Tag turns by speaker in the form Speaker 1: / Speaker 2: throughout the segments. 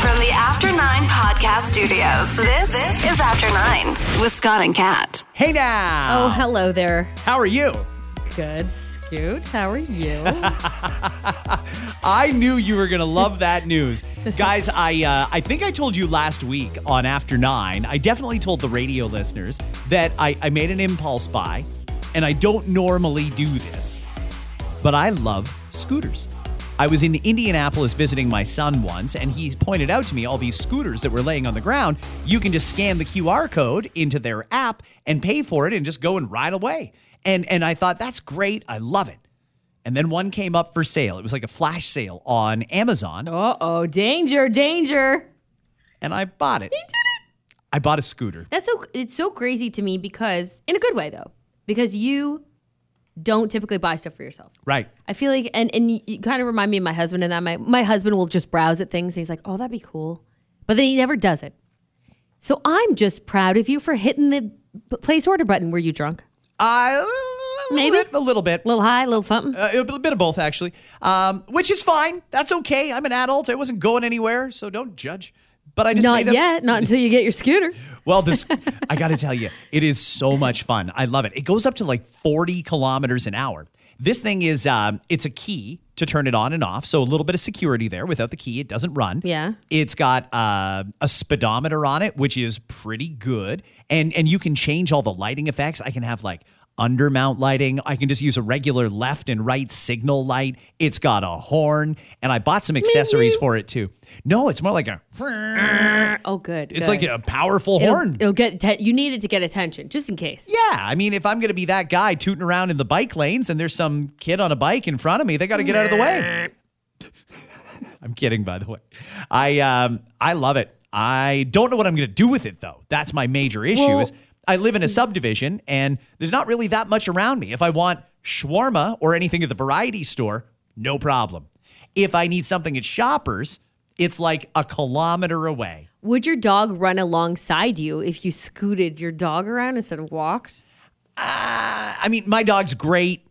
Speaker 1: From the After Nine Podcast Studios, this, this is After Nine with Scott and Kat.
Speaker 2: Hey now.
Speaker 3: Oh, hello there.
Speaker 2: How are you?
Speaker 3: Good, Scoot. How are you?
Speaker 2: I knew you were gonna love that news, guys. I uh, I think I told you last week on After Nine. I definitely told the radio listeners that I, I made an impulse buy, and I don't normally do this, but I love scooters. I was in Indianapolis visiting my son once, and he pointed out to me all these scooters that were laying on the ground. You can just scan the QR code into their app and pay for it, and just go and ride away. And and I thought that's great. I love it. And then one came up for sale. It was like a flash sale on Amazon,
Speaker 3: uh oh, danger, danger.
Speaker 2: and I bought it. He did it. I bought a scooter.
Speaker 3: That's so. It's so crazy to me because, in a good way though, because you don't typically buy stuff for yourself.
Speaker 2: Right.
Speaker 3: I feel like, and and you- you kind of remind me of my husband in that. My my husband will just browse at things. And he's like, oh, that'd be cool, but then he never does it. So I'm just proud of you for hitting the p- place order button. Were you drunk?
Speaker 2: I a little
Speaker 3: Maybe.
Speaker 2: bit, a little bit,
Speaker 3: A little high, a little something.
Speaker 2: uh, a bit of both actually. Um, which is fine. That's okay. I'm an adult. I wasn't going anywhere, so don't judge. But I just
Speaker 3: not
Speaker 2: made a-
Speaker 3: yet. not until you get your scooter.
Speaker 2: Well, this I got to tell you, it is so much fun. I love it. It goes up to like 40 kilometers an hour. This thing is um, it's a key to turn it on and off, so a little bit of security there. Without the key, it doesn't run.
Speaker 3: Yeah.
Speaker 2: It's got uh, a speedometer on it, which is pretty good, and and you can change all the lighting effects. I can have like undermount lighting. I can just use a regular left and right signal light. It's got a horn, and I bought some accessories for it too. No, it's more like a.
Speaker 3: Oh, good.
Speaker 2: It's
Speaker 3: good.
Speaker 2: like a powerful
Speaker 3: It'll-
Speaker 2: horn.
Speaker 3: It'll, get. Te- you need it to get attention, just in case.
Speaker 2: Yeah, I mean, if I'm going to be that guy tooting around in the bike lanes and there's some kid on a bike in front of me, they got to get out of the way. I'm kidding, by the way. I um, I love it. I don't know what I'm going to do with it though. That's my major issue.
Speaker 3: Well-
Speaker 2: is I live in a subdivision and there's not really that much around me. If I want shawarma or anything at the variety store, no problem. If I need something at Shoppers, it's like a kilometer away.
Speaker 3: Would your dog run alongside you if you scooted your dog around instead of walked?
Speaker 2: I mean, my dog's great.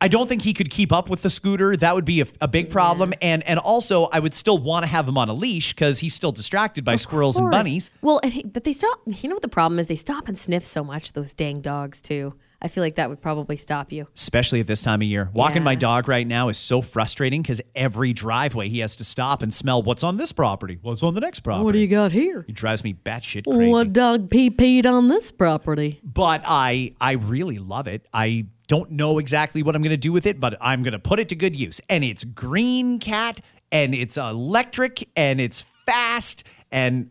Speaker 2: I don't think he could keep up with the scooter. That would be a, a big problem. And and also, I would still want to have him on a leash because he's still distracted by squirrels and
Speaker 3: Of course.
Speaker 2: bunnies.
Speaker 3: Well, and he, but they stop. You know what the problem is? They stop and sniff so much. Those dang dogs too. I feel like that would probably stop you.
Speaker 2: Especially at this time of year. Walking my
Speaker 3: Yeah.
Speaker 2: dog right now is so frustrating because every driveway he has to stop and smell what's on this property, what's on the next property.
Speaker 3: got here?
Speaker 2: He drives me batshit crazy.
Speaker 3: dog pee peed on this property?
Speaker 2: but I I really love it. I don't know exactly what I'm going to do with it, but I'm going to put it to good use. And it's green cat and it's electric and it's fast and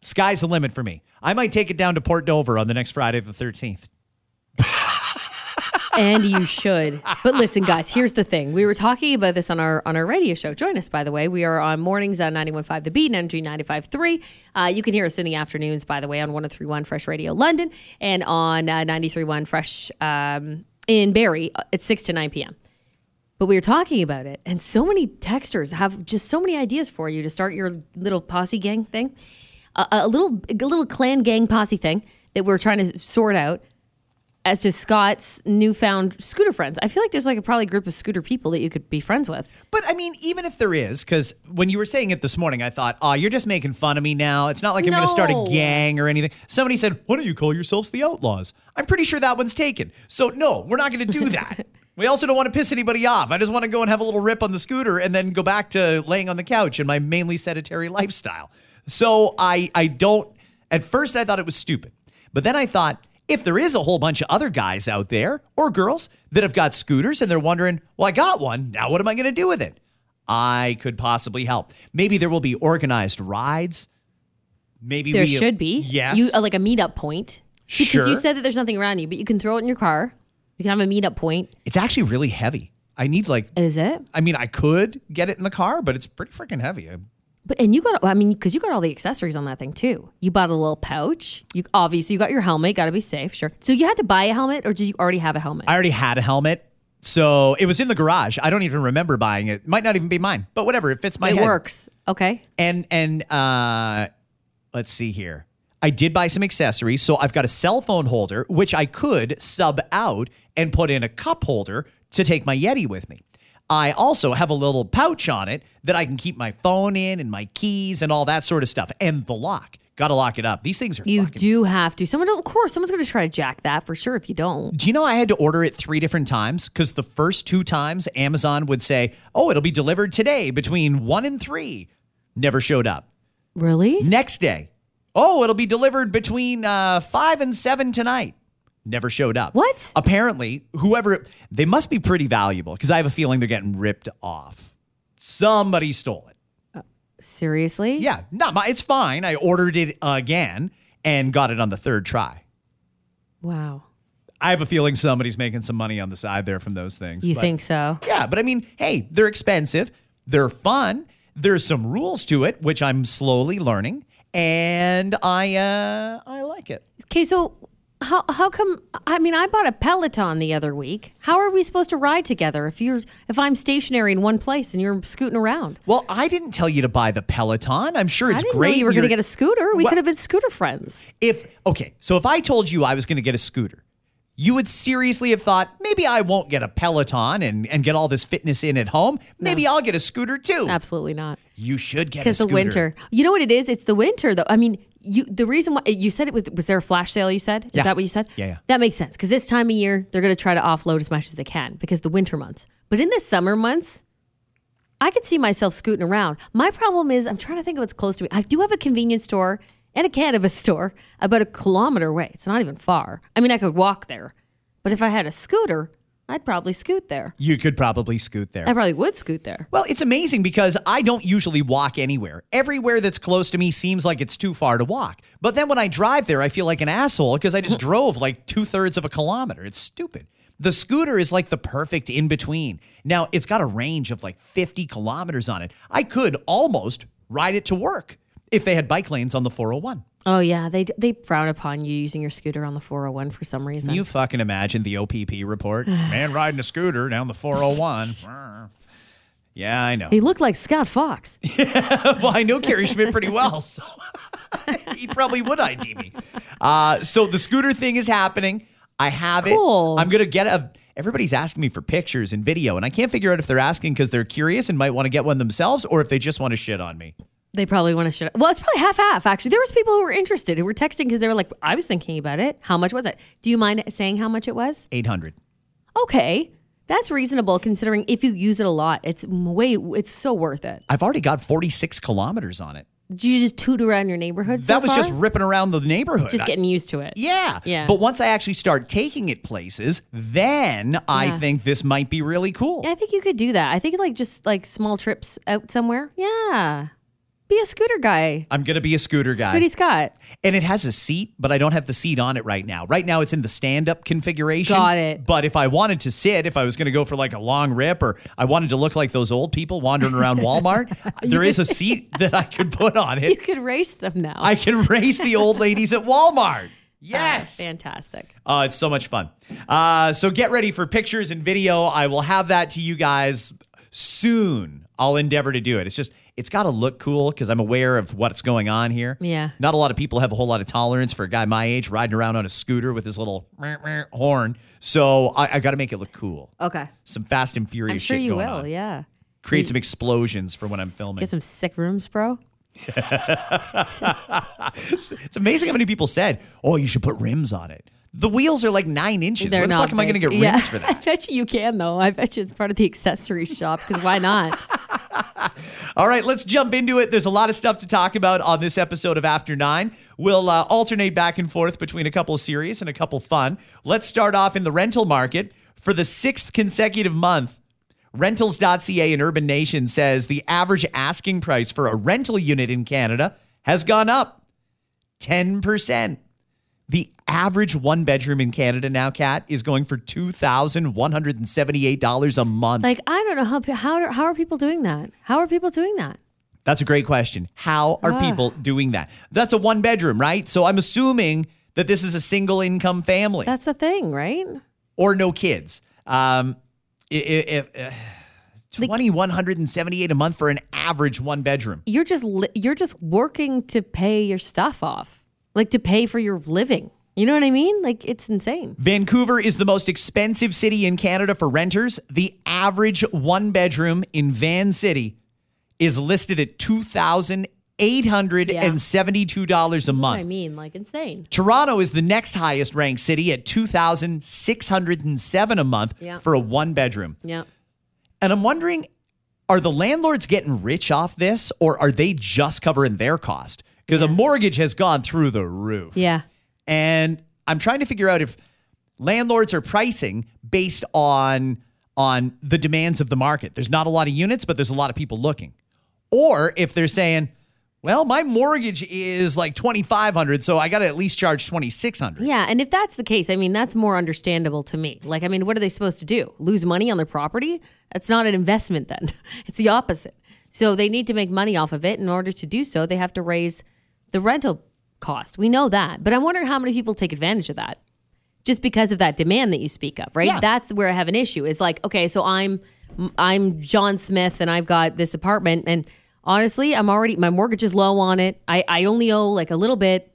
Speaker 2: sky's the limit for me. I might take it down to Port Dover on the next Friday the 13th.
Speaker 3: and you should. But listen, guys, here's the thing. We were talking about this on our on our radio show. Join us, by the way. We are on mornings on 91.5 The Beat and Energy 95.3. Uh, you can hear us in the afternoons, by the way, on 103.1 Fresh Radio London and on uh, 93.1 Fresh um, in Barrie uh, at 6 to 9 p.m. But we were talking about it, and so many texters have just so many ideas for you to start your little posse gang thing, a, a little a little clan gang posse thing that we're trying to sort out as to Scott's newfound scooter friends. I feel like there's like a probably group of scooter people that you could be friends with.
Speaker 2: But I mean, even if there is, because when you were saying it this morning, I thought, oh, you're just making fun of me now. It's not like I'm going to start
Speaker 3: No.
Speaker 2: a gang or anything. Somebody said, why don't you call yourselves the Outlaws? I'm pretty sure that one's taken. So, no, we're not going to do that. we also don't want to piss anybody off. I just want to go and have a little rip on the scooter and then go back to laying on the couch and my mainly sedentary lifestyle. So, I, I don't, at first, I thought it was stupid. But then I thought, if there is a whole bunch of other guys out there or girls that have got scooters and they're wondering, well, I got one. Now what am I going to do with it? I could possibly help. Maybe there will be organized rides. Maybe
Speaker 3: There
Speaker 2: we,
Speaker 3: should be.
Speaker 2: Yes.
Speaker 3: You, uh, like a meetup point. Because
Speaker 2: Sure.
Speaker 3: you said that there's nothing around you, but you can throw it in your car. You can have a meetup point.
Speaker 2: it's actually really heavy. I need like.
Speaker 3: Is it?
Speaker 2: I mean, I could get it in the car, but it's pretty freaking heavy. I
Speaker 3: But and you got, I mean, because you got all the accessories on that thing too. You bought a little pouch. You obviously you got your helmet. Got to be safe, sure. So you had to buy a helmet, or did you already have a helmet?
Speaker 2: I already had a helmet. So it was in the garage. I don't even remember buying it. Might not even be mine, but whatever. It fits my
Speaker 3: it
Speaker 2: head.
Speaker 3: works. Okay.
Speaker 2: And and uh let's see here. I did buy some accessories, so I've got a cell phone holder which I could sub out and put in a cup holder to take my Yeti with me. I also have a little pouch on it that I can keep my phone in and my keys and all that sort of stuff and the lock. Got to lock it up. These things are
Speaker 3: You
Speaker 2: fucking
Speaker 3: do have to. Someone, of course, someone's going to try to jack that for sure. If you don't,
Speaker 2: Do you know I had to order it three different times? Because the first two times, Amazon would say, oh, it'll be delivered today between one and three. Never showed up.
Speaker 3: really,
Speaker 2: Next day, oh, it'll be delivered between uh, five and seven tonight. Never showed up.
Speaker 3: What?
Speaker 2: Apparently, whoever, they must be pretty valuable because I have a feeling they're getting ripped off. Somebody stole it.
Speaker 3: seriously,
Speaker 2: Yeah, not my, it's fine. I ordered it again and got it on the third try.
Speaker 3: Wow,
Speaker 2: I have a feeling somebody's making some money on the side there from those things.
Speaker 3: you
Speaker 2: but-
Speaker 3: think so?
Speaker 2: Yeah, but I mean, hey, they're expensive, they're fun, there's some rules to it, which I'm slowly learning, and I uh, I like it.
Speaker 3: Okay, so how how come? I mean, I bought a Peloton the other week. How are we supposed to ride together if you're if I'm stationary in one place and you're scooting around?
Speaker 2: Well, I didn't tell you to buy the Peloton. I'm sure it's
Speaker 3: I didn't
Speaker 2: great.
Speaker 3: know you were going to
Speaker 2: You're-
Speaker 3: get a scooter. We
Speaker 2: Well-
Speaker 3: could have been scooter friends.
Speaker 2: if okay, so if I told you I was going to get a scooter, you would seriously have thought maybe I won't get a Peloton and and get all this fitness in at home. Maybe I'll get a scooter too.
Speaker 3: Absolutely not.
Speaker 2: You should get a
Speaker 3: Because the
Speaker 2: scooter.
Speaker 3: winter, you know what it is? It's the winter, though. I mean, you the reason why you said it was was there a flash sale? You said is
Speaker 2: Yeah.
Speaker 3: that what you said?
Speaker 2: Yeah, yeah.
Speaker 3: That makes sense because this time of year they're going to try to offload as much as they can because the winter months. But in the summer months, I could see myself scooting around. My problem is I'm trying to think of what's close to me. I do have a convenience store and a cannabis store about a kilometer away. It's not even far. I mean, I could walk there, but if I had a scooter, I'd probably scoot there.
Speaker 2: You could probably scoot there.
Speaker 3: I probably would scoot there.
Speaker 2: Well, it's amazing because I don't usually walk anywhere. Everywhere that's close to me seems like it's too far to walk. But then when I drive there, I feel like an asshole because I just drove like two thirds of a kilometer. It's stupid. The scooter is like the perfect in between. Now, it's got a range of like 50 kilometers on it. I could almost ride it to work if they had bike lanes on the 401.
Speaker 3: Oh yeah, they d- they frown upon you using your scooter on the 401 for some reason.
Speaker 2: Can you fucking imagine the OPP report? Man riding a scooter down the 401. yeah, I know.
Speaker 3: he looked like Scott Fox.
Speaker 2: well, I know Carrie Schmidt pretty well, so he probably would ID me. Uh, so the scooter thing is happening. I have
Speaker 3: Cool.
Speaker 2: it. I'm gonna get a. Everybody's asking me for pictures and video, and I can't figure out if they're asking because they're curious and might want to get one themselves, or if they just want to shit on me.
Speaker 3: They probably want to shut. Well, it's probably half half actually. There was people who were interested who were texting because they were like, "I was thinking about it. How much was it? Do you mind saying how much it was?"
Speaker 2: Eight hundred.
Speaker 3: Okay, that's reasonable considering if you use it a lot, it's m- way it's so worth it.
Speaker 2: I've already got 46 kilometers on it.
Speaker 3: Do you just toot around your neighborhood? so
Speaker 2: that was just
Speaker 3: far?
Speaker 2: ripping around the neighborhood.
Speaker 3: just
Speaker 2: I-
Speaker 3: getting used to it.
Speaker 2: yeah.
Speaker 3: Yeah.
Speaker 2: But once I actually start taking it places, then I
Speaker 3: Yeah.
Speaker 2: think this might be really cool.
Speaker 3: Yeah, I think you could do that. I think like just like small trips out somewhere. Yeah, be a scooter guy,
Speaker 2: I'm going to be a scooter guy.
Speaker 3: Scooty Scott.
Speaker 2: And it has a seat, but I don't have the seat on it right now. Right now, it's in the stand up configuration.
Speaker 3: Got it.
Speaker 2: But if I wanted to sit, if I was going to go for like a long rip or I wanted to look like those old people wandering around Walmart, there is a seat that I could put on
Speaker 3: You
Speaker 2: it.
Speaker 3: could race them now.
Speaker 2: I can race the old ladies at Walmart.
Speaker 3: Ah,
Speaker 2: Yes.
Speaker 3: Uh, Fantastic.
Speaker 2: Uh, it's so much fun. Uh, so get ready for pictures and video. I will have that to you guys soon. I'll endeavor to do it. It's just, it's got to look cool because I'm aware of what's going on here.
Speaker 3: Yeah.
Speaker 2: Not a lot of people have a whole lot of tolerance for a guy my age riding around on a scooter with his little meow, meow horn. So I, I got to make it look cool.
Speaker 3: Okay.
Speaker 2: Some fast and furious
Speaker 3: I'm sure
Speaker 2: shit
Speaker 3: you
Speaker 2: going
Speaker 3: will.
Speaker 2: on.
Speaker 3: Yeah.
Speaker 2: Create some explosions for when I'm filming.
Speaker 3: Get some sick rooms, bro.
Speaker 2: It's amazing how many people said, "Oh, you should put rims on it." The wheels are like nine inches.
Speaker 3: They're
Speaker 2: Where the
Speaker 3: not
Speaker 2: fuck am I going to
Speaker 3: big.
Speaker 2: get rims
Speaker 3: Yeah.
Speaker 2: for that?
Speaker 3: I bet you you can though. I bet you it's part of the accessory shop because why not?
Speaker 2: All right, let's jump into it. There's a lot of stuff to talk about on this episode of After Nine. We'll uh, alternate back and forth between a couple serious and a couple fun. Let's start off in the rental market for the sixth consecutive month. Rentals.ca and Urban Nation says the average asking price for a rental unit in Canada has gone up 10%. The average one bedroom in Canada now, Kat, is going for $2,178 a month.
Speaker 3: Like I don't know how pe- how are, how are people doing that? How are people doing that?
Speaker 2: That's a great question. How are people doing that? That's a one bedroom, right? So I'm assuming that this is a single income family
Speaker 3: That's the thing, right?
Speaker 2: or no kids. Um, i- i- if, uh, 2178 a month for an average one bedroom.
Speaker 3: You're just li- you're just working to pay your stuff off, like to pay for your living. You know what I mean? Like it's insane.
Speaker 2: Vancouver is the most expensive city in Canada for renters. The average one bedroom in Van City is listed at $2,872 a month.
Speaker 3: I mean, like insane.
Speaker 2: Toronto is the next highest ranked city at 2,607 a month
Speaker 3: Yeah.
Speaker 2: for a one bedroom.
Speaker 3: Yeah.
Speaker 2: And I'm wondering are the landlords getting rich off this or are they just covering their cost? Because a mortgage has gone through the roof.
Speaker 3: Yeah.
Speaker 2: And I'm trying to figure out if landlords are pricing based on on the demands of the market. There's not a lot of units, but there's a lot of people looking. Or if they're saying, well, my mortgage is like 2500, so I got to at least charge 2600.
Speaker 3: Yeah, and if that's the case, I mean, that's more understandable to me. Like, I mean, what are they supposed to do? Lose money on their property? That's not an investment then. It's the opposite. So they need to make money off of it. In order to do so, they have to raise the rental cost. We know that. But I'm wondering how many people take advantage of that just because of that demand that you speak of, right?
Speaker 2: Yeah.
Speaker 3: That's where I have an issue. Is like, okay, so I'm I'm John Smith and I've got this apartment and honestly, I'm already my mortgage is low on it. I I only owe like a little bit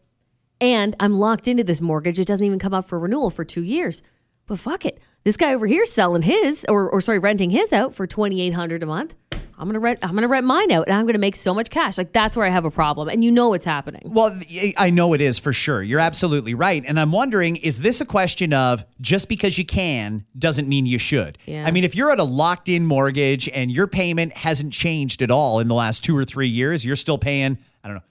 Speaker 3: and I'm locked into this mortgage. It doesn't even come up for renewal for 2 years. But fuck it. This guy over here's selling his or or sorry, renting his out for 2800 a month. I'm going to rent I'm going to rent mine out and I'm going to make so much cash. Like that's where I have a problem and you know it's happening.
Speaker 2: Well, y- I know it is for sure. You're absolutely right. And I'm wondering is this a question of just because you can doesn't mean you should?
Speaker 3: Yeah.
Speaker 2: I mean, if you're at a locked in mortgage and your payment hasn't changed at all in the last two or three years, you're still paying, I don't know,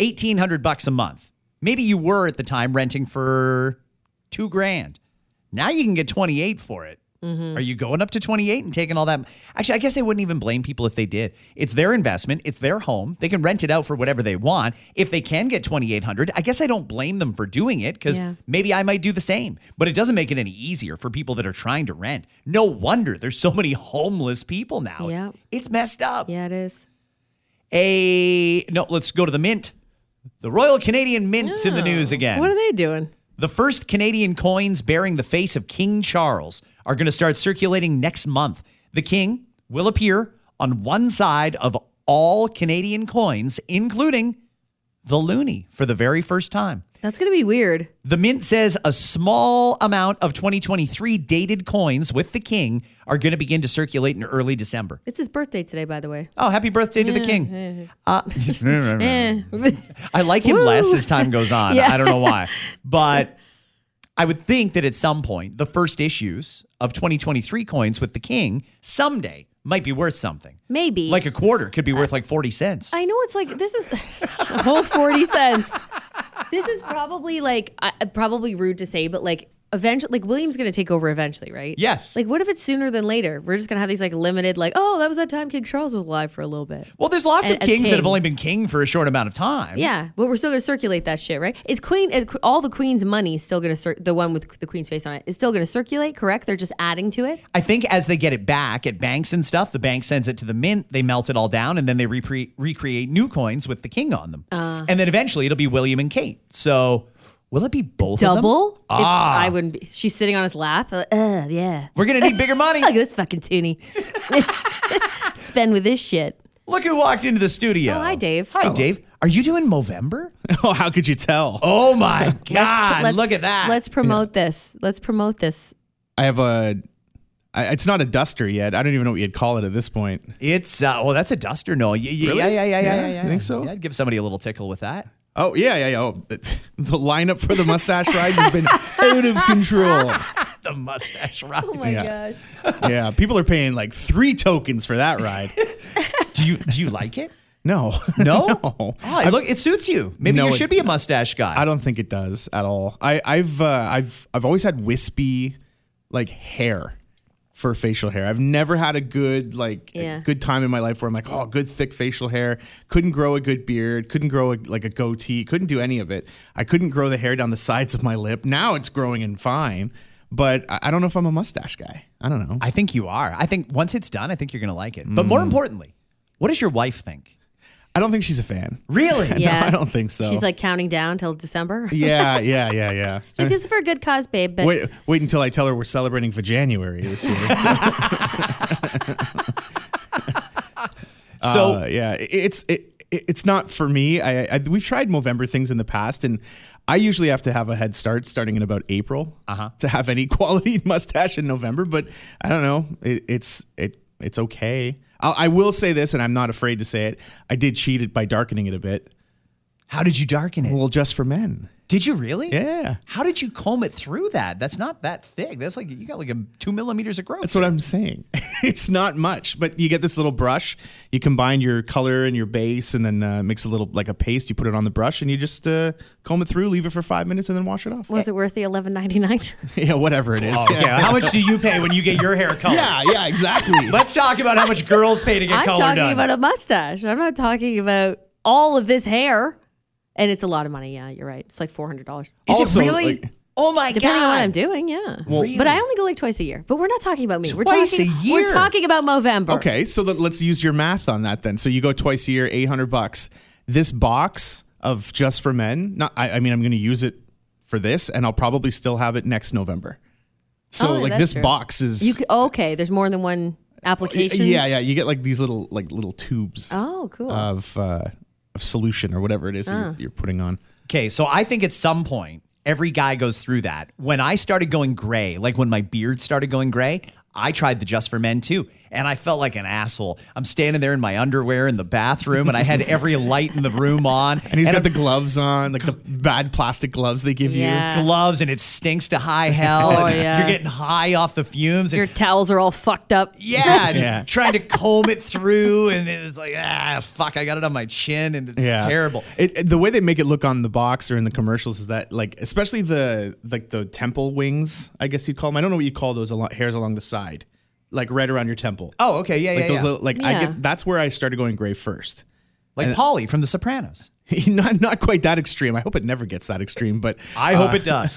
Speaker 2: 1800 bucks a month. Maybe you were at the time renting for two grand. Now you can get 28 for it. Are you going up to 28 and taking all that? Actually, I guess I wouldn't even blame people if they did. It's their investment, it's their home. They can rent it out for whatever they want. If they can get 2800, I guess I don't blame them for doing it cuz
Speaker 3: Yeah.
Speaker 2: maybe I might do the same. But it doesn't make it any easier for people that are trying to rent. No wonder there's so many homeless people now.
Speaker 3: Yeah.
Speaker 2: It's messed up.
Speaker 3: Yeah, it is.
Speaker 2: A no, let's go to the mint. The Royal Canadian Mint's in the news again.
Speaker 3: What are they doing?
Speaker 2: The first Canadian coins bearing the face of King Charles are going to start circulating next month. The king will appear on one side of all Canadian coins, including the loonie, for the very first time.
Speaker 3: That's going to be weird.
Speaker 2: The mint says a small amount of 2023 dated coins with the king are going to begin to circulate in early December.
Speaker 3: It's his birthday today, by the way.
Speaker 2: Oh, happy birthday to the king. Uh, I like him
Speaker 3: Woo.
Speaker 2: less as time goes on.
Speaker 3: Yeah.
Speaker 2: I don't know why. But I would think that at some point, the first issues of 2023 coins with the king someday might be worth something.
Speaker 3: Maybe. Uh,
Speaker 2: Like a quarter could be worth like 40 cents.
Speaker 3: I know it's like this is a whole 40 cents. This is probably like I uh, probably rude to say, but like eventually like William's going to take over eventually, right?
Speaker 2: Yes.
Speaker 3: Like what if it's sooner than later? We're just going to have these like limited like oh, that was that time King Charles was alive for a little bit.
Speaker 2: well, there's lots
Speaker 3: And
Speaker 2: of
Speaker 3: as
Speaker 2: kings that have
Speaker 3: king.
Speaker 2: only been king for a short amount of time.
Speaker 3: Yeah, but we're still going to circulate that shit, right? Is Queen uh, all the Queen's money still going to cir- the one with the Queen's face on it is still going to circulate? Correct? They're just adding to it.
Speaker 2: I think as they get it back at banks and stuff, the bank sends it to the mint, they melt it all down, and then they repre- recreate new coins with the king on them.
Speaker 3: Uh.
Speaker 2: and then eventually it'll be William and Kate. So will it be both
Speaker 3: Double?
Speaker 2: of them? Ah.
Speaker 3: It's- I wouldn't be. She's sitting on his lap. Uh, uh, yeah.
Speaker 2: We're going to need bigger money.
Speaker 3: Look at this fucking toonie. Spend with this shit.
Speaker 2: Look who walked into the studio.
Speaker 3: Oh, hi, Dave.
Speaker 2: Hi,
Speaker 3: Oh.
Speaker 2: Dave. Are you doing Movember?
Speaker 4: Oh, how could you tell?
Speaker 2: Oh my
Speaker 3: Let's-
Speaker 4: Ah,
Speaker 2: God!
Speaker 3: let's-
Speaker 2: Look at that.
Speaker 3: Let's promote this. Let's promote this.
Speaker 4: I have a. I, it's not a duster yet. I don't even know what you'd call it at this point.
Speaker 2: it's uh, oh, that's a duster. No, yeah, yeah, yeah, yeah, yeah, yeah, yeah, yeah.
Speaker 4: You think so?
Speaker 2: Yeah, I'd give somebody a little tickle with that.
Speaker 4: Oh yeah, yeah, yeah. Oh, the, the lineup for the mustache rides has been out of control.
Speaker 2: The
Speaker 3: Oh,
Speaker 2: mustache rocks.
Speaker 4: Yeah. Yeah, people are paying like three tokens for that ride.
Speaker 2: do you do you like it?
Speaker 4: No,
Speaker 2: No.
Speaker 4: no.
Speaker 2: Oh, it look, it suits you. Maybe
Speaker 4: No,
Speaker 2: you
Speaker 4: it-
Speaker 2: should be a mustache guy.
Speaker 4: I don't think it does at all. I, I've uh, I've I've always had wispy like hair for facial hair. I've never had a good like a
Speaker 3: Yeah.
Speaker 4: good time in my life where I'm like, oh, good thick facial hair. Couldn't grow a good beard. Couldn't grow a, like a goatee. Couldn't do any of it. I couldn't grow the hair down the sides of my lip. Now it's growing in fine, but I, I don't know if I'm a mustache guy. I don't know.
Speaker 2: I
Speaker 4: Mm.
Speaker 2: think you are. I think once it's done, I think you're gonna like it. But more importantly, what does your wife think?
Speaker 4: I don't think she's a fan.
Speaker 2: Really?
Speaker 3: Yeah.
Speaker 4: No, I don't think so.
Speaker 3: She's like counting down till December. She's
Speaker 4: yeah, yeah, yeah, yeah.
Speaker 3: like, this is for a good cause, babe. But
Speaker 4: wait, wait until I tell her we're celebrating for January this year.
Speaker 2: So
Speaker 4: Uh, yeah, it- it's it, it- it's not for me. I, I we've tried Movember things in the past, and I usually have to have a head start starting in about April to have any quality mustache in November. But I don't know. It, it's it it's okay. I'll, I will say this, and I'm not afraid to say it. I did cheat it by darkening it a bit.
Speaker 2: how did you darken it?
Speaker 4: Well, just for men.
Speaker 2: Did you really?
Speaker 4: Yeah,
Speaker 2: How did you comb it through that? That's not that thick. That's like you got like a two millimeters of growth.
Speaker 4: that's what I'm saying. it's not much, but you get this little brush. You combine your color and your base, and then uh, mix a little like a paste. You put it on the brush, and you just uh, comb it through, leave it for five minutes, and then wash it off.
Speaker 3: was it worth the eleven ninety nine?
Speaker 4: Yeah, whatever it is.
Speaker 2: Oh, yeah. How much do you pay when you get your hair colored?
Speaker 4: yeah, yeah, exactly.
Speaker 2: Let's talk about how much girls pay to get
Speaker 3: I'm
Speaker 2: color
Speaker 3: talking
Speaker 2: done.
Speaker 3: about a mustache. I'm not talking about all of this hair. And it's a lot of money. Yeah, you're right. It's like four hundred dollars.
Speaker 2: Is
Speaker 4: Also,
Speaker 2: it really?
Speaker 4: like-
Speaker 2: oh my
Speaker 3: Depending
Speaker 2: god!
Speaker 3: on what I'm doing, yeah. But I only go like twice a year. But we're not talking about me. we're
Speaker 2: Twice
Speaker 3: talking,
Speaker 2: a year?
Speaker 3: We're talking about Movember.
Speaker 4: okay, so let, let's use your math on that then. So you go twice a year, eight hundred bucks. This box of just for men. Not, I, I mean, I'm going to use it for this, and I'll probably still have it next November. So
Speaker 3: Oh, yeah,
Speaker 4: like
Speaker 3: that's
Speaker 4: this
Speaker 3: true.
Speaker 4: box is.
Speaker 3: You c- okay? There's more than one application.
Speaker 4: yeah, yeah. You get like these little like little tubes
Speaker 3: Oh, cool.
Speaker 4: of uh, of solution or whatever it is that
Speaker 3: Ah.
Speaker 4: you're, you're putting on.
Speaker 2: Okay, so I think at some point every guy goes through that. When I started going gray, like when my beard started going gray, I tried the Just for Men too, and I felt like an asshole. I'm standing there in my underwear in the bathroom, and I had every light in the room on,
Speaker 4: And he's got
Speaker 2: I'm-
Speaker 4: the gloves on, like the bad plastic gloves they give you.
Speaker 3: Yeah.
Speaker 2: gloves, and it stinks to high hell.
Speaker 3: Oh,
Speaker 2: and
Speaker 3: yeah.
Speaker 2: You're getting high off the fumes. and-
Speaker 3: Your towels are all fucked up.
Speaker 2: yeah, and
Speaker 4: Yeah.
Speaker 2: trying to comb it through, and it's like, ah, fuck, I got it on my chin, and it's terrible.
Speaker 4: It, it- the way they make it look on the box or in the commercials is that like especially the like the temple wings, I guess you'd call them. I don't know what you call those along, hairs along the side, like right around your temple.
Speaker 2: Oh, okay, yeah, yeah,
Speaker 4: like
Speaker 2: yeah.
Speaker 4: those little, like I
Speaker 3: Yeah.
Speaker 4: get that's where I started going gray first.
Speaker 2: like Polly from The Sopranos.
Speaker 4: not not quite that extreme. I hope it never gets that extreme, but uh,
Speaker 2: I hope it does.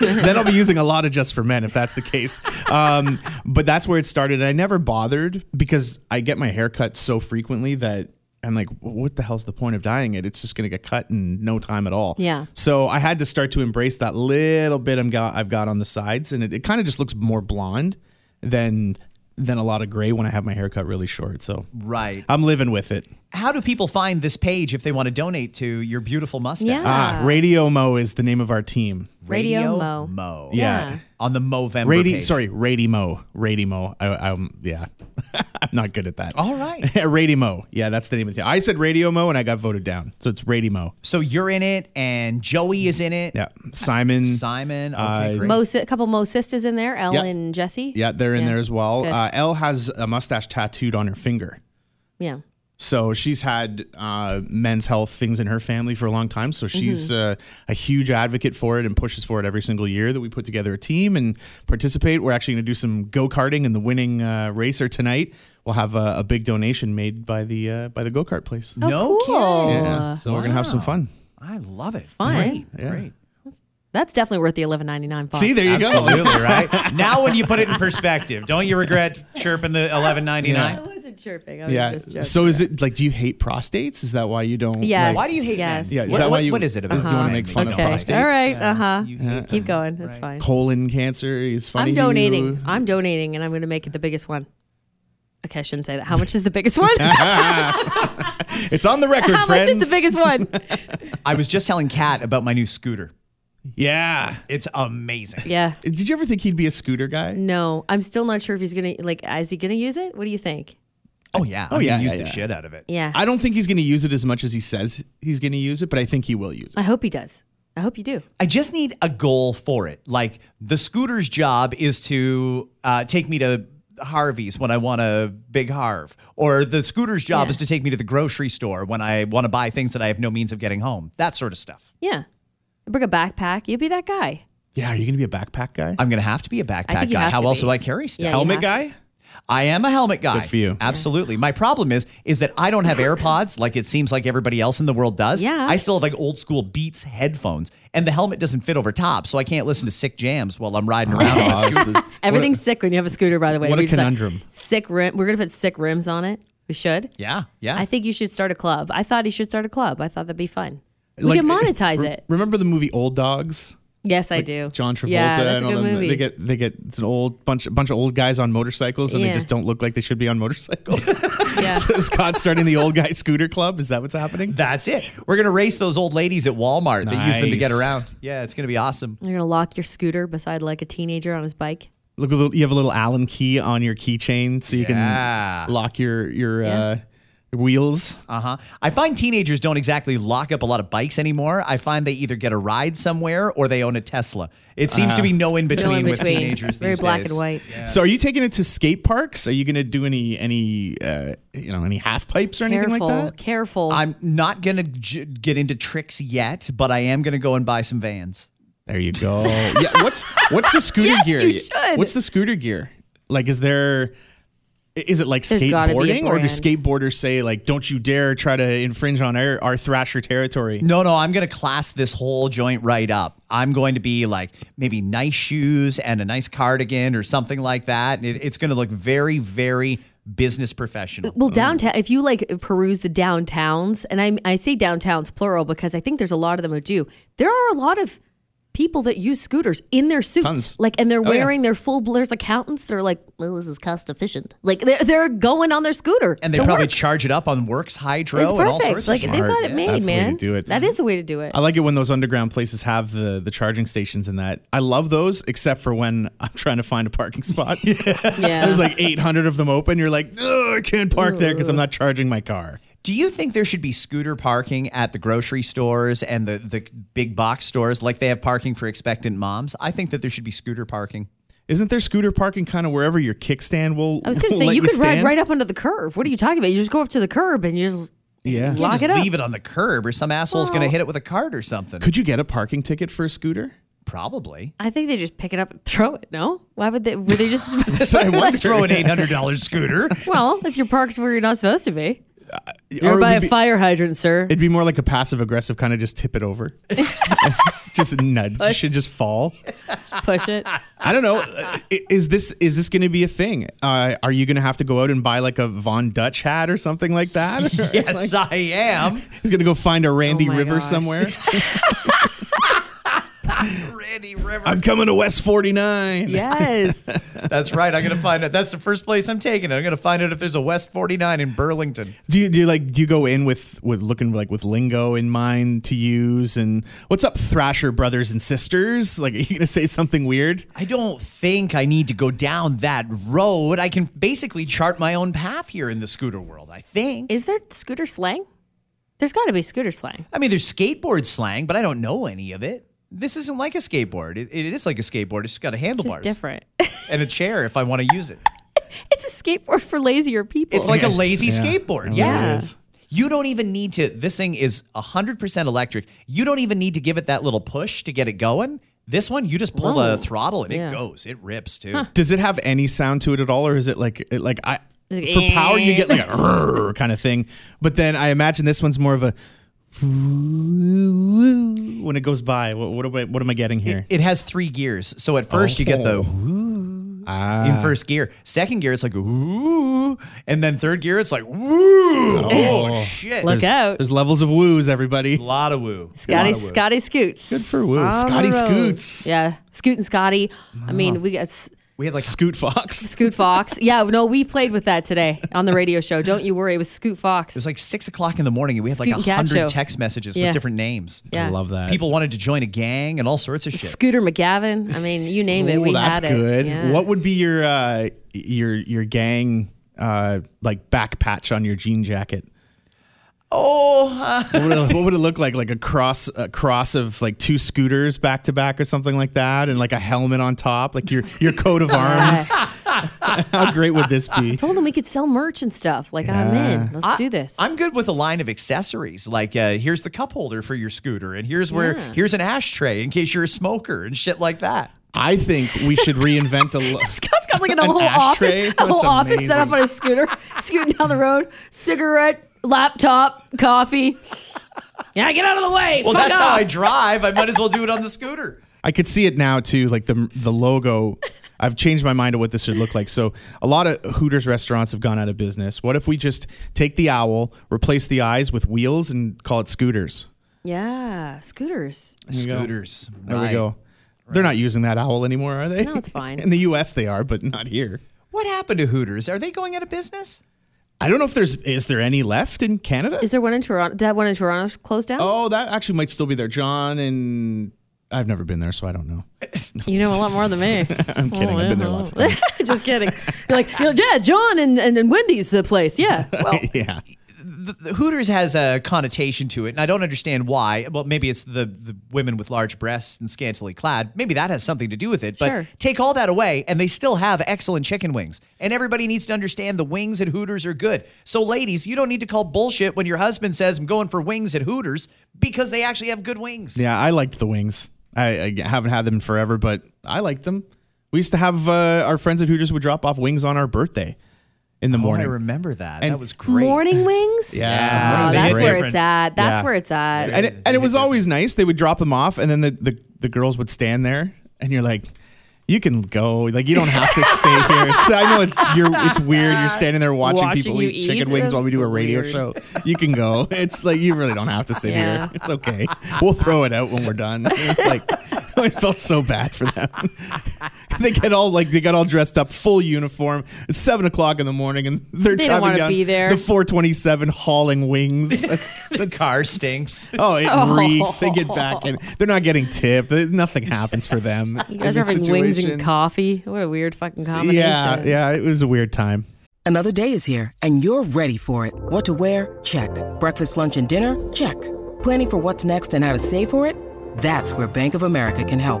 Speaker 4: then I'll be using a lot of just for men if that's the case. Um, but that's where it started. And I never bothered because I get my hair cut so frequently that I'm like, what the hell's the point of dyeing it? It's just going to get cut in no time at all.
Speaker 3: Yeah.
Speaker 4: So I had to start to embrace that little bit I'm got, I've got on the sides. And it, it kind of just looks more blonde than, than a lot of gray when I have my hair cut really short. So
Speaker 2: right.
Speaker 4: I'm living with it.
Speaker 2: How do people find this page if they want to donate to your beautiful mustache?
Speaker 3: Yeah.
Speaker 4: Ah, Radio Mo is the name of our team.
Speaker 3: Radio Mo.
Speaker 2: Mo.
Speaker 4: Yeah.
Speaker 3: Yeah.
Speaker 2: On the Movember
Speaker 4: Radi,
Speaker 2: page.
Speaker 4: sorry, Radimo, Radimo. I, I'm yeah, I'm not good at that.
Speaker 2: All right.
Speaker 4: Radimo. Yeah, that's the name of the. I said Radio Mo and I got voted down, so it's Radimo.
Speaker 2: So you're in it, and Joey is in it.
Speaker 4: Yeah, Simon.
Speaker 2: Simon. Okay, great.
Speaker 3: Mo, si- a couple Mo sisters in there, Elle
Speaker 4: Yep.
Speaker 3: and Jesse.
Speaker 4: yeah, they're in
Speaker 3: Yeah.
Speaker 4: there as well.
Speaker 3: Good.
Speaker 4: Uh, Elle has a mustache tattooed on her finger,
Speaker 3: Yeah.
Speaker 4: so she's had uh, men's health things in her family for a long time.
Speaker 3: Mm-hmm.
Speaker 4: So she's uh, a huge advocate for it and pushes for it every single year that we put together a team and participate. We're actually going to do some go karting, and the winning uh, racer tonight will have a, a big donation made by the uh, by the go kart place.
Speaker 2: no
Speaker 3: cool.
Speaker 2: kidding.
Speaker 4: Yeah. So we're gonna have some
Speaker 2: Wow.
Speaker 4: fun.
Speaker 2: I love it.
Speaker 3: Fine.
Speaker 2: Great. Great.
Speaker 3: That's definitely worth the eleven ninety nine.
Speaker 4: See, there you go.
Speaker 2: Absolutely, right? Now when you put it in perspective, don't you regret chirping the
Speaker 3: I
Speaker 2: 11.99?
Speaker 3: wasn't chirping. I was
Speaker 4: Yeah.
Speaker 3: just joking.
Speaker 4: So is it like? Do you hate prostates? Is that why you don't?
Speaker 3: Yes.
Speaker 4: like-
Speaker 2: Why do you hate
Speaker 3: Yes.
Speaker 2: men?
Speaker 4: Yeah, is
Speaker 2: What-
Speaker 4: that why
Speaker 2: what-
Speaker 4: you-
Speaker 2: what is it about
Speaker 4: do you wanna
Speaker 2: men
Speaker 4: make
Speaker 2: that
Speaker 4: fun of
Speaker 2: don't like?
Speaker 4: prostates?
Speaker 3: All right.
Speaker 2: Yeah.
Speaker 3: Uh huh.
Speaker 2: You hate
Speaker 3: Keep going. That's fine.
Speaker 4: colon cancer is funny.
Speaker 3: I'm
Speaker 4: to
Speaker 3: donating.
Speaker 4: you?
Speaker 3: I'm donating, and I'm going to make it the biggest one. Okay, I shouldn't say that. How much is the biggest one?
Speaker 4: It's on the record,
Speaker 3: How
Speaker 4: friends.
Speaker 3: much is the biggest one?
Speaker 2: I was just telling Kat about my new scooter.
Speaker 4: yeah.
Speaker 2: It's amazing.
Speaker 3: Yeah.
Speaker 4: Did you ever think he'd be a scooter guy?
Speaker 3: No, I'm still not sure if he's gonna like. Is he gonna use it? What do you think?
Speaker 2: Oh, yeah.
Speaker 4: Oh,
Speaker 2: I'm
Speaker 4: yeah,
Speaker 2: gonna Use
Speaker 4: yeah,
Speaker 2: the
Speaker 4: yeah.
Speaker 2: shit out of it.
Speaker 3: Yeah.
Speaker 4: I don't think he's going to use it as much as he says he's going to use it, but I think he will use it.
Speaker 3: I hope he does. I hope you do.
Speaker 2: I just need a goal for it. Like the scooter's job is to uh, take me to Harvey's when I want a big Harv, or the scooter's job
Speaker 3: Yeah.
Speaker 2: is to take me to the grocery store when I want to buy things that I have no means of getting home. That sort of stuff.
Speaker 3: Yeah. Bring a backpack. You'll be that guy.
Speaker 4: Yeah. Are you going to be a backpack guy?
Speaker 2: I'm gonna have to be a backpack
Speaker 3: you
Speaker 2: guy.
Speaker 3: have
Speaker 2: How
Speaker 3: to
Speaker 2: else
Speaker 3: be.
Speaker 2: do I carry stuff?
Speaker 3: Uh, Yeah, you
Speaker 4: Helmet
Speaker 3: have to.
Speaker 4: guy?
Speaker 2: I am a helmet guy.
Speaker 4: Good for you.
Speaker 2: Absolutely. My problem is is that I don't have AirPods like it seems like everybody else in the world does.
Speaker 3: Yeah.
Speaker 2: I still have like old school Beats headphones and the helmet doesn't fit over top, so I can't listen to sick jams while I'm
Speaker 3: Oh.
Speaker 2: riding
Speaker 4: Oh,
Speaker 2: around. on a scooter.
Speaker 3: Everything's sick when you have a scooter, by the way.
Speaker 4: what a
Speaker 3: We just, like,
Speaker 4: conundrum.
Speaker 3: sick rim. We're gonna put sick rims on it. We We should.
Speaker 2: Yeah, yeah.
Speaker 3: I think you should start a club. I thought he should start a club. I thought that'd be fun. We can
Speaker 4: eh,
Speaker 3: monetize it.
Speaker 4: Remember the movie Old Dogs?
Speaker 3: Yes, I do.
Speaker 4: John Travolta
Speaker 3: Yeah, that's a
Speaker 4: and all
Speaker 3: good
Speaker 4: them.
Speaker 3: movie.
Speaker 4: They get they get it's an old bunch bunch of old guys on motorcycles and
Speaker 3: Yeah.
Speaker 4: they just don't look like they should be on motorcycles.
Speaker 3: yeah.
Speaker 4: so Scott's starting the old guy scooter club. Is that what's happening?
Speaker 2: That's it. We're gonna race those old ladies at Walmart that use them to get
Speaker 4: Nice.
Speaker 2: around. Yeah, it's gonna be awesome.
Speaker 3: You're gonna lock your scooter beside like a teenager on his bike.
Speaker 4: Look, a little- you have a little Allen key on your keychain, so you
Speaker 2: Yeah.
Speaker 4: can lock your your uh, wheels.
Speaker 2: Uh huh. I find teenagers don't exactly lock up a lot of bikes anymore. I find they either get a ride somewhere or they own a Tesla. It seems to be no in between
Speaker 3: Uh-huh. No in
Speaker 2: with
Speaker 3: between.
Speaker 2: teenagers
Speaker 3: Very
Speaker 2: these
Speaker 3: black
Speaker 2: days.
Speaker 3: and white.
Speaker 4: So, are you taking it to skate parks? Are you going to do any any uh, you know any half pipes or anything
Speaker 3: Careful,
Speaker 4: like that?
Speaker 3: careful.
Speaker 2: I'm not gonna j- get into tricks yet, but I am gonna go and buy some vans.
Speaker 4: There you go. yeah. What's what's the scooter
Speaker 3: Yes,
Speaker 4: gear?
Speaker 3: you should.
Speaker 4: What's the scooter gear? Like, is there? i- Is it like
Speaker 3: There's gotta be a
Speaker 4: skateboarding, or do
Speaker 3: brand.
Speaker 4: skateboarders say like, "Don't you dare try to infringe on our, our Thrasher territory"?
Speaker 2: No, no, I'm going to class this whole joint right up. I'm going to be like maybe nice shoes and a nice cardigan or something like that. And It, it's going to look very, very business professional.
Speaker 4: Mm.
Speaker 3: well, downtown. If you like peruse the downtowns, and I I say downtowns plural because I think there's a lot of them who do. There are a lot of people that use scooters in their suits,
Speaker 4: Tons. Oh,
Speaker 3: like, and they're
Speaker 4: yeah.
Speaker 3: wearing their full. There's accountants that are like, well, this is cost efficient. Like they're they're going on their scooter,
Speaker 2: And they
Speaker 3: to
Speaker 2: probably
Speaker 3: work.
Speaker 2: charge it up on Works Hydro
Speaker 3: it's
Speaker 2: and all
Speaker 3: perfect.
Speaker 2: sorts.
Speaker 3: Like they've
Speaker 4: Smart.
Speaker 3: got it
Speaker 4: Yeah.
Speaker 3: made,
Speaker 4: That's the way
Speaker 3: man.
Speaker 4: to do it.
Speaker 3: That is the way to do it.
Speaker 4: I like it when those underground places have the the charging stations and that. I love those, except for when I'm trying to find a parking spot.
Speaker 3: yeah,
Speaker 4: There's like 800 of them open. You're like, "Ugh, I can't park there because I'm not charging my car.
Speaker 2: Do you think there should be scooter parking at the grocery stores and the, the big box stores like they have parking for expectant moms? I think that there should be scooter parking.
Speaker 4: Isn't there scooter parking kind of wherever your kickstand will?
Speaker 3: I was going to say you could ride right up under the curb. What are you talking about? You just go up to the curb and you just
Speaker 4: Yeah.
Speaker 3: lock
Speaker 2: Just
Speaker 3: it up.
Speaker 2: leave it on the curb or some asshole's going to hit it with a cart or something.
Speaker 4: Could you get a parking ticket for a scooter?
Speaker 2: Probably.
Speaker 3: I think they just pick it up and throw it. No, why would they? Would they just?
Speaker 4: So I wonder.
Speaker 2: Throw an $800 scooter.
Speaker 3: well, if you're parked where you're not supposed to be, you're
Speaker 4: Or it
Speaker 3: by
Speaker 4: would
Speaker 3: a
Speaker 4: be-
Speaker 3: fire hydrant, sir.
Speaker 4: It'd be more like a passive aggressive kind of just tip it over. just nudge. It should just fall.
Speaker 3: Just push it.
Speaker 4: I don't know. Uh, i- Is this is this going to be a thing? Uh, are you going to have to go out and buy like a Von Dutch hat or something like that?
Speaker 2: Yes, I am.
Speaker 4: He's going to go find a Randy
Speaker 3: Oh my
Speaker 4: River
Speaker 3: gosh.
Speaker 4: somewhere. I'm coming to West 49.
Speaker 3: Yes,
Speaker 2: That's right. I'm gonna find out. That's the first place I'm taking it. I'm gonna find out if there's a West 49 in Burlington.
Speaker 4: Do you do you like do you go in with with looking like with lingo in mind to use and what's up Thrasher brothers and sisters? Like are you going to say something weird?
Speaker 2: I don't think I need to go down that road. I can basically chart my own path here in the scooter world. I think.
Speaker 3: is there scooter slang? There's got to be scooter slang.
Speaker 2: I mean, there's skateboard slang, but I don't know any of it. This isn't like a skateboard. It, it is like a skateboard. It's got a
Speaker 3: Just
Speaker 2: handlebars
Speaker 3: different.
Speaker 2: and a chair if I want to use it.
Speaker 3: it's a skateboard for lazier people.
Speaker 2: It's like a
Speaker 4: Yes.
Speaker 2: lazy
Speaker 4: Yeah.
Speaker 2: skateboard.
Speaker 3: Yeah.
Speaker 4: Yeah.
Speaker 2: You don't even need to. This thing is 100% electric. You don't even need to give it that little push to get it going. This one, you just pull
Speaker 3: Whoa.
Speaker 2: the throttle and
Speaker 3: Yeah.
Speaker 2: it goes. It rips too.
Speaker 4: Does it have any sound to it at all or is it like it like I
Speaker 3: Like,
Speaker 4: for power you get like a "Rrr" kind of thing, but then I imagine this one's more of a when it goes by. What what am I, what am I getting here? Oh.
Speaker 2: It has three gears. So at first, you get the woo
Speaker 4: Ah.
Speaker 2: in first gear. Second gear, it's like woo. And then third gear, it's like woo. Oh, shit.
Speaker 3: Look out,
Speaker 4: There's levels of woos, everybody.
Speaker 2: A lot of woo.
Speaker 3: Scotty, Scotty Scoots. Good
Speaker 4: for Woo. Scotty Scoots.
Speaker 3: Yeah, Scoot and Scotty. I mean, we got. s-
Speaker 2: We had like
Speaker 4: Scoot Fox.
Speaker 3: Scoot Fox. Yeah, no, we played with that today on the radio show. Don't you worry, it was Scoot Fox.
Speaker 2: It was like six o'clock in the morning, and we had like
Speaker 3: Scoot
Speaker 2: like
Speaker 3: and Cat Show.
Speaker 2: hundred text messages
Speaker 3: Yeah.
Speaker 2: with different names.
Speaker 3: yeah.
Speaker 4: I love that.
Speaker 2: People wanted to join a gang and all sorts of shit.
Speaker 3: Scooter McGavin. I mean, you name it,
Speaker 4: Ooh,
Speaker 3: we
Speaker 4: that's
Speaker 3: had it.
Speaker 4: good.
Speaker 3: Yeah.
Speaker 4: What would be your uh, your your gang uh, like back patch on your jean jacket?
Speaker 2: oh, uh,
Speaker 4: What would, it, what would it look like? Like a cross a cross of like two scooters back to back or something like that, and like a helmet on top, like your your coat of arms.
Speaker 3: Yes.
Speaker 4: How great would this be?
Speaker 3: Told them Oh, we could sell merch and stuff. Like, I'm in. Let's do this.
Speaker 2: I'm good with a line of accessories. Like uh, here's the cup holder for your scooter, and here's where here's an ashtray in case you're a smoker and shit like that.
Speaker 4: I think we should reinvent a. Lo-
Speaker 3: Scott's got like an,
Speaker 4: An
Speaker 3: whole
Speaker 4: ashtray?
Speaker 3: office, a whole
Speaker 4: That's
Speaker 3: office set up
Speaker 4: amazing.
Speaker 3: on his scooter, scooting down the road, cigarette, laptop, coffee. Yeah, get out of the way.
Speaker 2: Well,
Speaker 3: Fuck
Speaker 2: that's
Speaker 3: off.
Speaker 2: how I drive. I might as well do it on the scooter.
Speaker 4: I could see it now too, like the the logo. I've changed my mind on what this should look like. So a lot of Hooters restaurants have gone out of business. What if we just take the owl, replace the eyes with wheels, and call it scooters?
Speaker 3: Yeah, scooters.
Speaker 2: Scooters.
Speaker 4: There we go. They're not using that owl anymore, are they?
Speaker 3: No, it's fine.
Speaker 4: In the U.S., they are, but not here.
Speaker 2: What happened to Hooters? Are they going out of business?
Speaker 4: I don't know if there's is there any left in Canada.
Speaker 3: Is there one in Toronto? That one in Toronto's closed down.
Speaker 4: oh, that actually might still be there. John and I've never been there, so I don't know.
Speaker 3: You know a lot more than me. Oh,
Speaker 4: I'm kidding. I've been there lots of times.
Speaker 3: Just kidding. You're like, you know, yeah, John and, and, and Wendy's uh, place. Yeah.
Speaker 4: yeah,
Speaker 2: The Hooters has a connotation to it, and I don't understand why. Well, maybe it's the, the women with large breasts and scantily clad. Maybe that has something to do with it. But
Speaker 3: Sure.
Speaker 2: take all that away, and they still have excellent chicken wings. And everybody needs to understand the wings at Hooters are good. So, ladies, you don't need to call bullshit when your husband says, I'm going for wings at Hooters because they actually have good wings.
Speaker 4: yeah. I liked the wings. I, I haven't had them in forever, but I liked them. We used to have uh, our friends at Hooters would drop off wings on our birthday in the
Speaker 2: Oh, I
Speaker 4: morning.
Speaker 2: remember that. that was great.
Speaker 3: Morning wings.
Speaker 4: Yeah.
Speaker 3: Oh,
Speaker 4: Morning
Speaker 3: that's
Speaker 4: wings.
Speaker 3: where
Speaker 4: Different.
Speaker 3: it's at. That's
Speaker 4: Yeah.
Speaker 3: where it's at.
Speaker 4: and it, and it was always nice. They would drop them off, and then the, the, the girls would stand there, and you're like, "You can go. Like you don't have to stay here." It's, I know it's you're it's weird. You're standing there watching,
Speaker 3: Watching
Speaker 4: people
Speaker 3: you
Speaker 4: eat, chicken
Speaker 3: eat?
Speaker 4: wings while we do a
Speaker 3: That's
Speaker 4: radio
Speaker 3: weird.
Speaker 4: show. You can go. It's like you really don't have to sit
Speaker 3: Yeah.
Speaker 4: here. It's okay. We'll throw it out when we're done. It's like. I felt so bad for them. they get all like they got all dressed up, full uniform. It's seven o'clock in the morning, and they're
Speaker 3: They don't
Speaker 4: driving
Speaker 3: wanna
Speaker 4: down
Speaker 3: be there.
Speaker 4: the 427 hauling wings.
Speaker 2: The car stinks.
Speaker 4: Oh, it reeks. They get back and they're not getting tipped. There- Nothing happens for them.
Speaker 3: Oh. You guys are having wings and coffee. What a weird fucking combination.
Speaker 4: Yeah, yeah, it was a weird time.
Speaker 5: Another day is here, and you're ready for it. What to wear? Check. Breakfast, lunch, and dinner? Check. Planning for what's next and how to save for it? That's where Bank of America can help.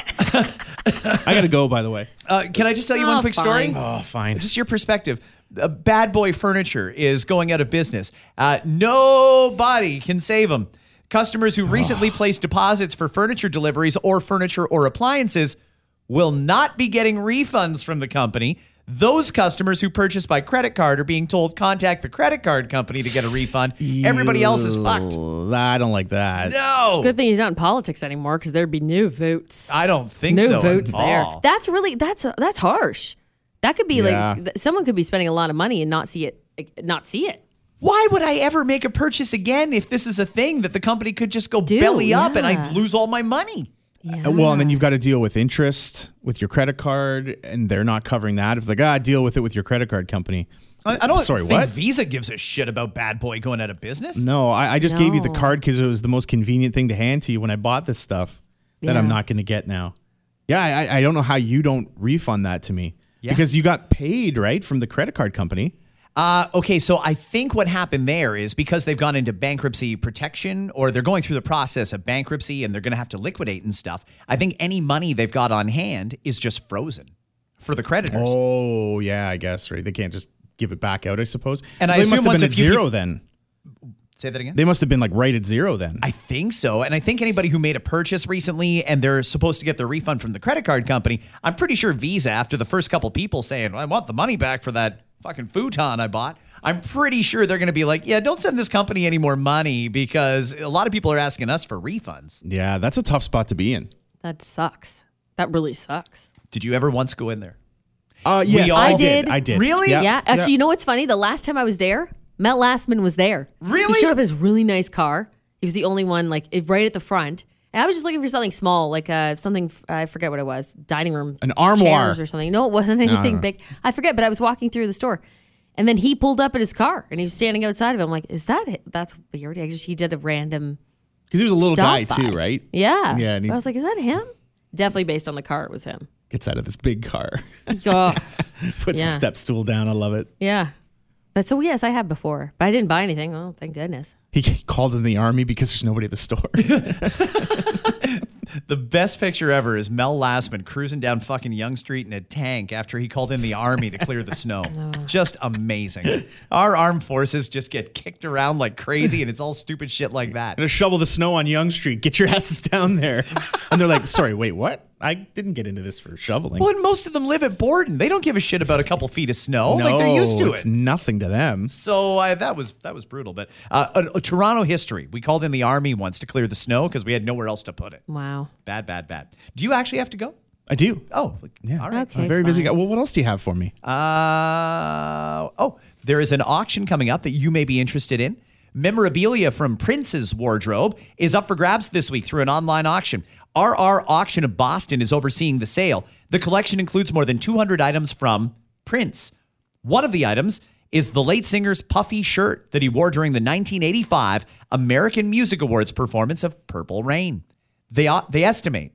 Speaker 4: I gotta go, by the way.
Speaker 2: Uh, can I just tell you
Speaker 3: Oh,
Speaker 2: one quick
Speaker 3: fine.
Speaker 2: story?
Speaker 4: Oh, fine.
Speaker 2: Just your perspective. Uh, bad boy furniture is going out of business. Uh, nobody can save them. Customers who recently placed deposits for furniture deliveries or furniture or appliances will not be getting refunds from the company. Those customers who purchase by credit card are being told contact the credit card company to get a refund. Everybody else is fucked.
Speaker 4: Ew, I don't like that.
Speaker 2: No,
Speaker 3: Good thing he's not in politics anymore because there'd be new votes.
Speaker 2: I don't think
Speaker 3: no
Speaker 2: so. at
Speaker 3: votes there.
Speaker 2: all.
Speaker 3: That's really that's that's harsh. That could be
Speaker 4: Yeah.
Speaker 3: like th- someone could be spending a lot of money and not see it, like, not see it.
Speaker 2: why would I ever make a purchase again if this is a thing that the company could just go
Speaker 3: Do,
Speaker 2: belly up and I'd
Speaker 3: yeah.
Speaker 2: lose all my money?
Speaker 3: Yeah.
Speaker 4: Uh, Well, and then you've got to deal with interest with your credit card, and they're not covering that. If like, ah, deal with it with your credit card company.
Speaker 2: I, I don't
Speaker 4: Sorry,
Speaker 2: think
Speaker 4: what?
Speaker 2: Visa gives a shit about Bad Boy going out of business.
Speaker 4: No, I, I just gave you the
Speaker 3: No.
Speaker 4: card because it was the most convenient thing to hand to you when I bought this stuff that I'm
Speaker 3: Yeah.
Speaker 4: not going to get now. Yeah, I, I- I don't know how you don't refund that to me because you got paid right from the credit card company.
Speaker 2: Uh, okay, so I think what happened there is because they've gone into bankruptcy protection or they're going through the process of bankruptcy and they're going to have to liquidate and stuff. I think any money they've got on hand is just frozen for the creditors.
Speaker 4: Oh yeah, I guess right. They can't just give it back out, I suppose.
Speaker 2: And I
Speaker 4: they
Speaker 2: assume once
Speaker 4: must have been
Speaker 2: a
Speaker 4: at
Speaker 2: few
Speaker 4: zero
Speaker 2: peop-
Speaker 4: then.
Speaker 2: Say that again.
Speaker 4: They must have been like right at zero then.
Speaker 2: I think so. And I think anybody who made a purchase recently and they're supposed to get their refund from the credit card company, I'm pretty sure Visa, after the first couple people saying, I want the money back for that fucking futon I bought, I'm pretty sure they're going to be like, yeah, don't send this company any more money because a lot of people are asking us for refunds.
Speaker 4: yeah, that's a tough spot to be in.
Speaker 3: that sucks. That really sucks.
Speaker 2: Did you ever once go in there?
Speaker 4: Uh,
Speaker 2: yes, all-
Speaker 4: I did.
Speaker 3: did.
Speaker 4: I did.
Speaker 2: Really?
Speaker 3: Yeah.
Speaker 2: Yeah.
Speaker 3: Actually, you know what's funny? The last time I was there, Matt Lastman was there.
Speaker 2: Really?
Speaker 3: He showed up in his really nice car. He was the only one like it- right at the front. And I was just looking for something small, like uh, something I forget what it was, dining room,
Speaker 4: An armoire.
Speaker 3: chairs or something. No, it wasn't anything big. I forget, but I was walking through the store, and then he pulled up in his car, and he was standing outside of it. I'm like, is that it? That's weird. I just, he did a random
Speaker 4: Because he was a little
Speaker 3: stop
Speaker 4: guy
Speaker 3: by.
Speaker 4: too, right?
Speaker 3: Yeah.
Speaker 4: Yeah, and he-
Speaker 3: I was like, is that him? Definitely based on the car, it was him.
Speaker 4: Gets out of this big car,
Speaker 3: Oh,
Speaker 4: puts
Speaker 3: Yeah.
Speaker 4: the step stool down. I love it.
Speaker 3: yeah. But so yes, I have before, but I didn't buy anything. Well, thank goodness.
Speaker 4: He called in the army because there's nobody at the store.
Speaker 2: The best picture ever is Mel Lastman cruising down fucking Young Street in a tank after he called in the army to clear the snow. Just amazing. Our armed forces just get kicked around like crazy, and it's all stupid shit like that.
Speaker 4: Gonna shovel the snow on Young Street. Get your asses down there. And they're like, sorry, wait, what? I didn't get into this for shoveling.
Speaker 2: Well, and most of them live at Borden. They don't give a shit about a couple feet of snow. Oh, like they're used to
Speaker 4: it's
Speaker 2: it.
Speaker 4: nothing to them.
Speaker 2: So I, that was that was brutal. But uh, uh, uh, Toronto history. We called in the army once to clear the snow because we had nowhere else to put it.
Speaker 3: Wow.
Speaker 2: Bad, bad, bad. Do you actually have to go?
Speaker 4: I do.
Speaker 2: Oh, yeah. All right.
Speaker 3: Okay.
Speaker 4: I'm a very busy
Speaker 3: fine.
Speaker 4: guy. Well, what else do you have for me?
Speaker 2: Uh, oh, there is an auction coming up that you may be interested in. Memorabilia from Prince's wardrobe is up for grabs this week through an online auction. RR Auction of Boston is overseeing the sale. The collection includes more than 200 items from Prince. One of the items is the late singer's puffy shirt that he wore during the 1985 American Music Awards performance of Purple Rain. They, uh, they estimate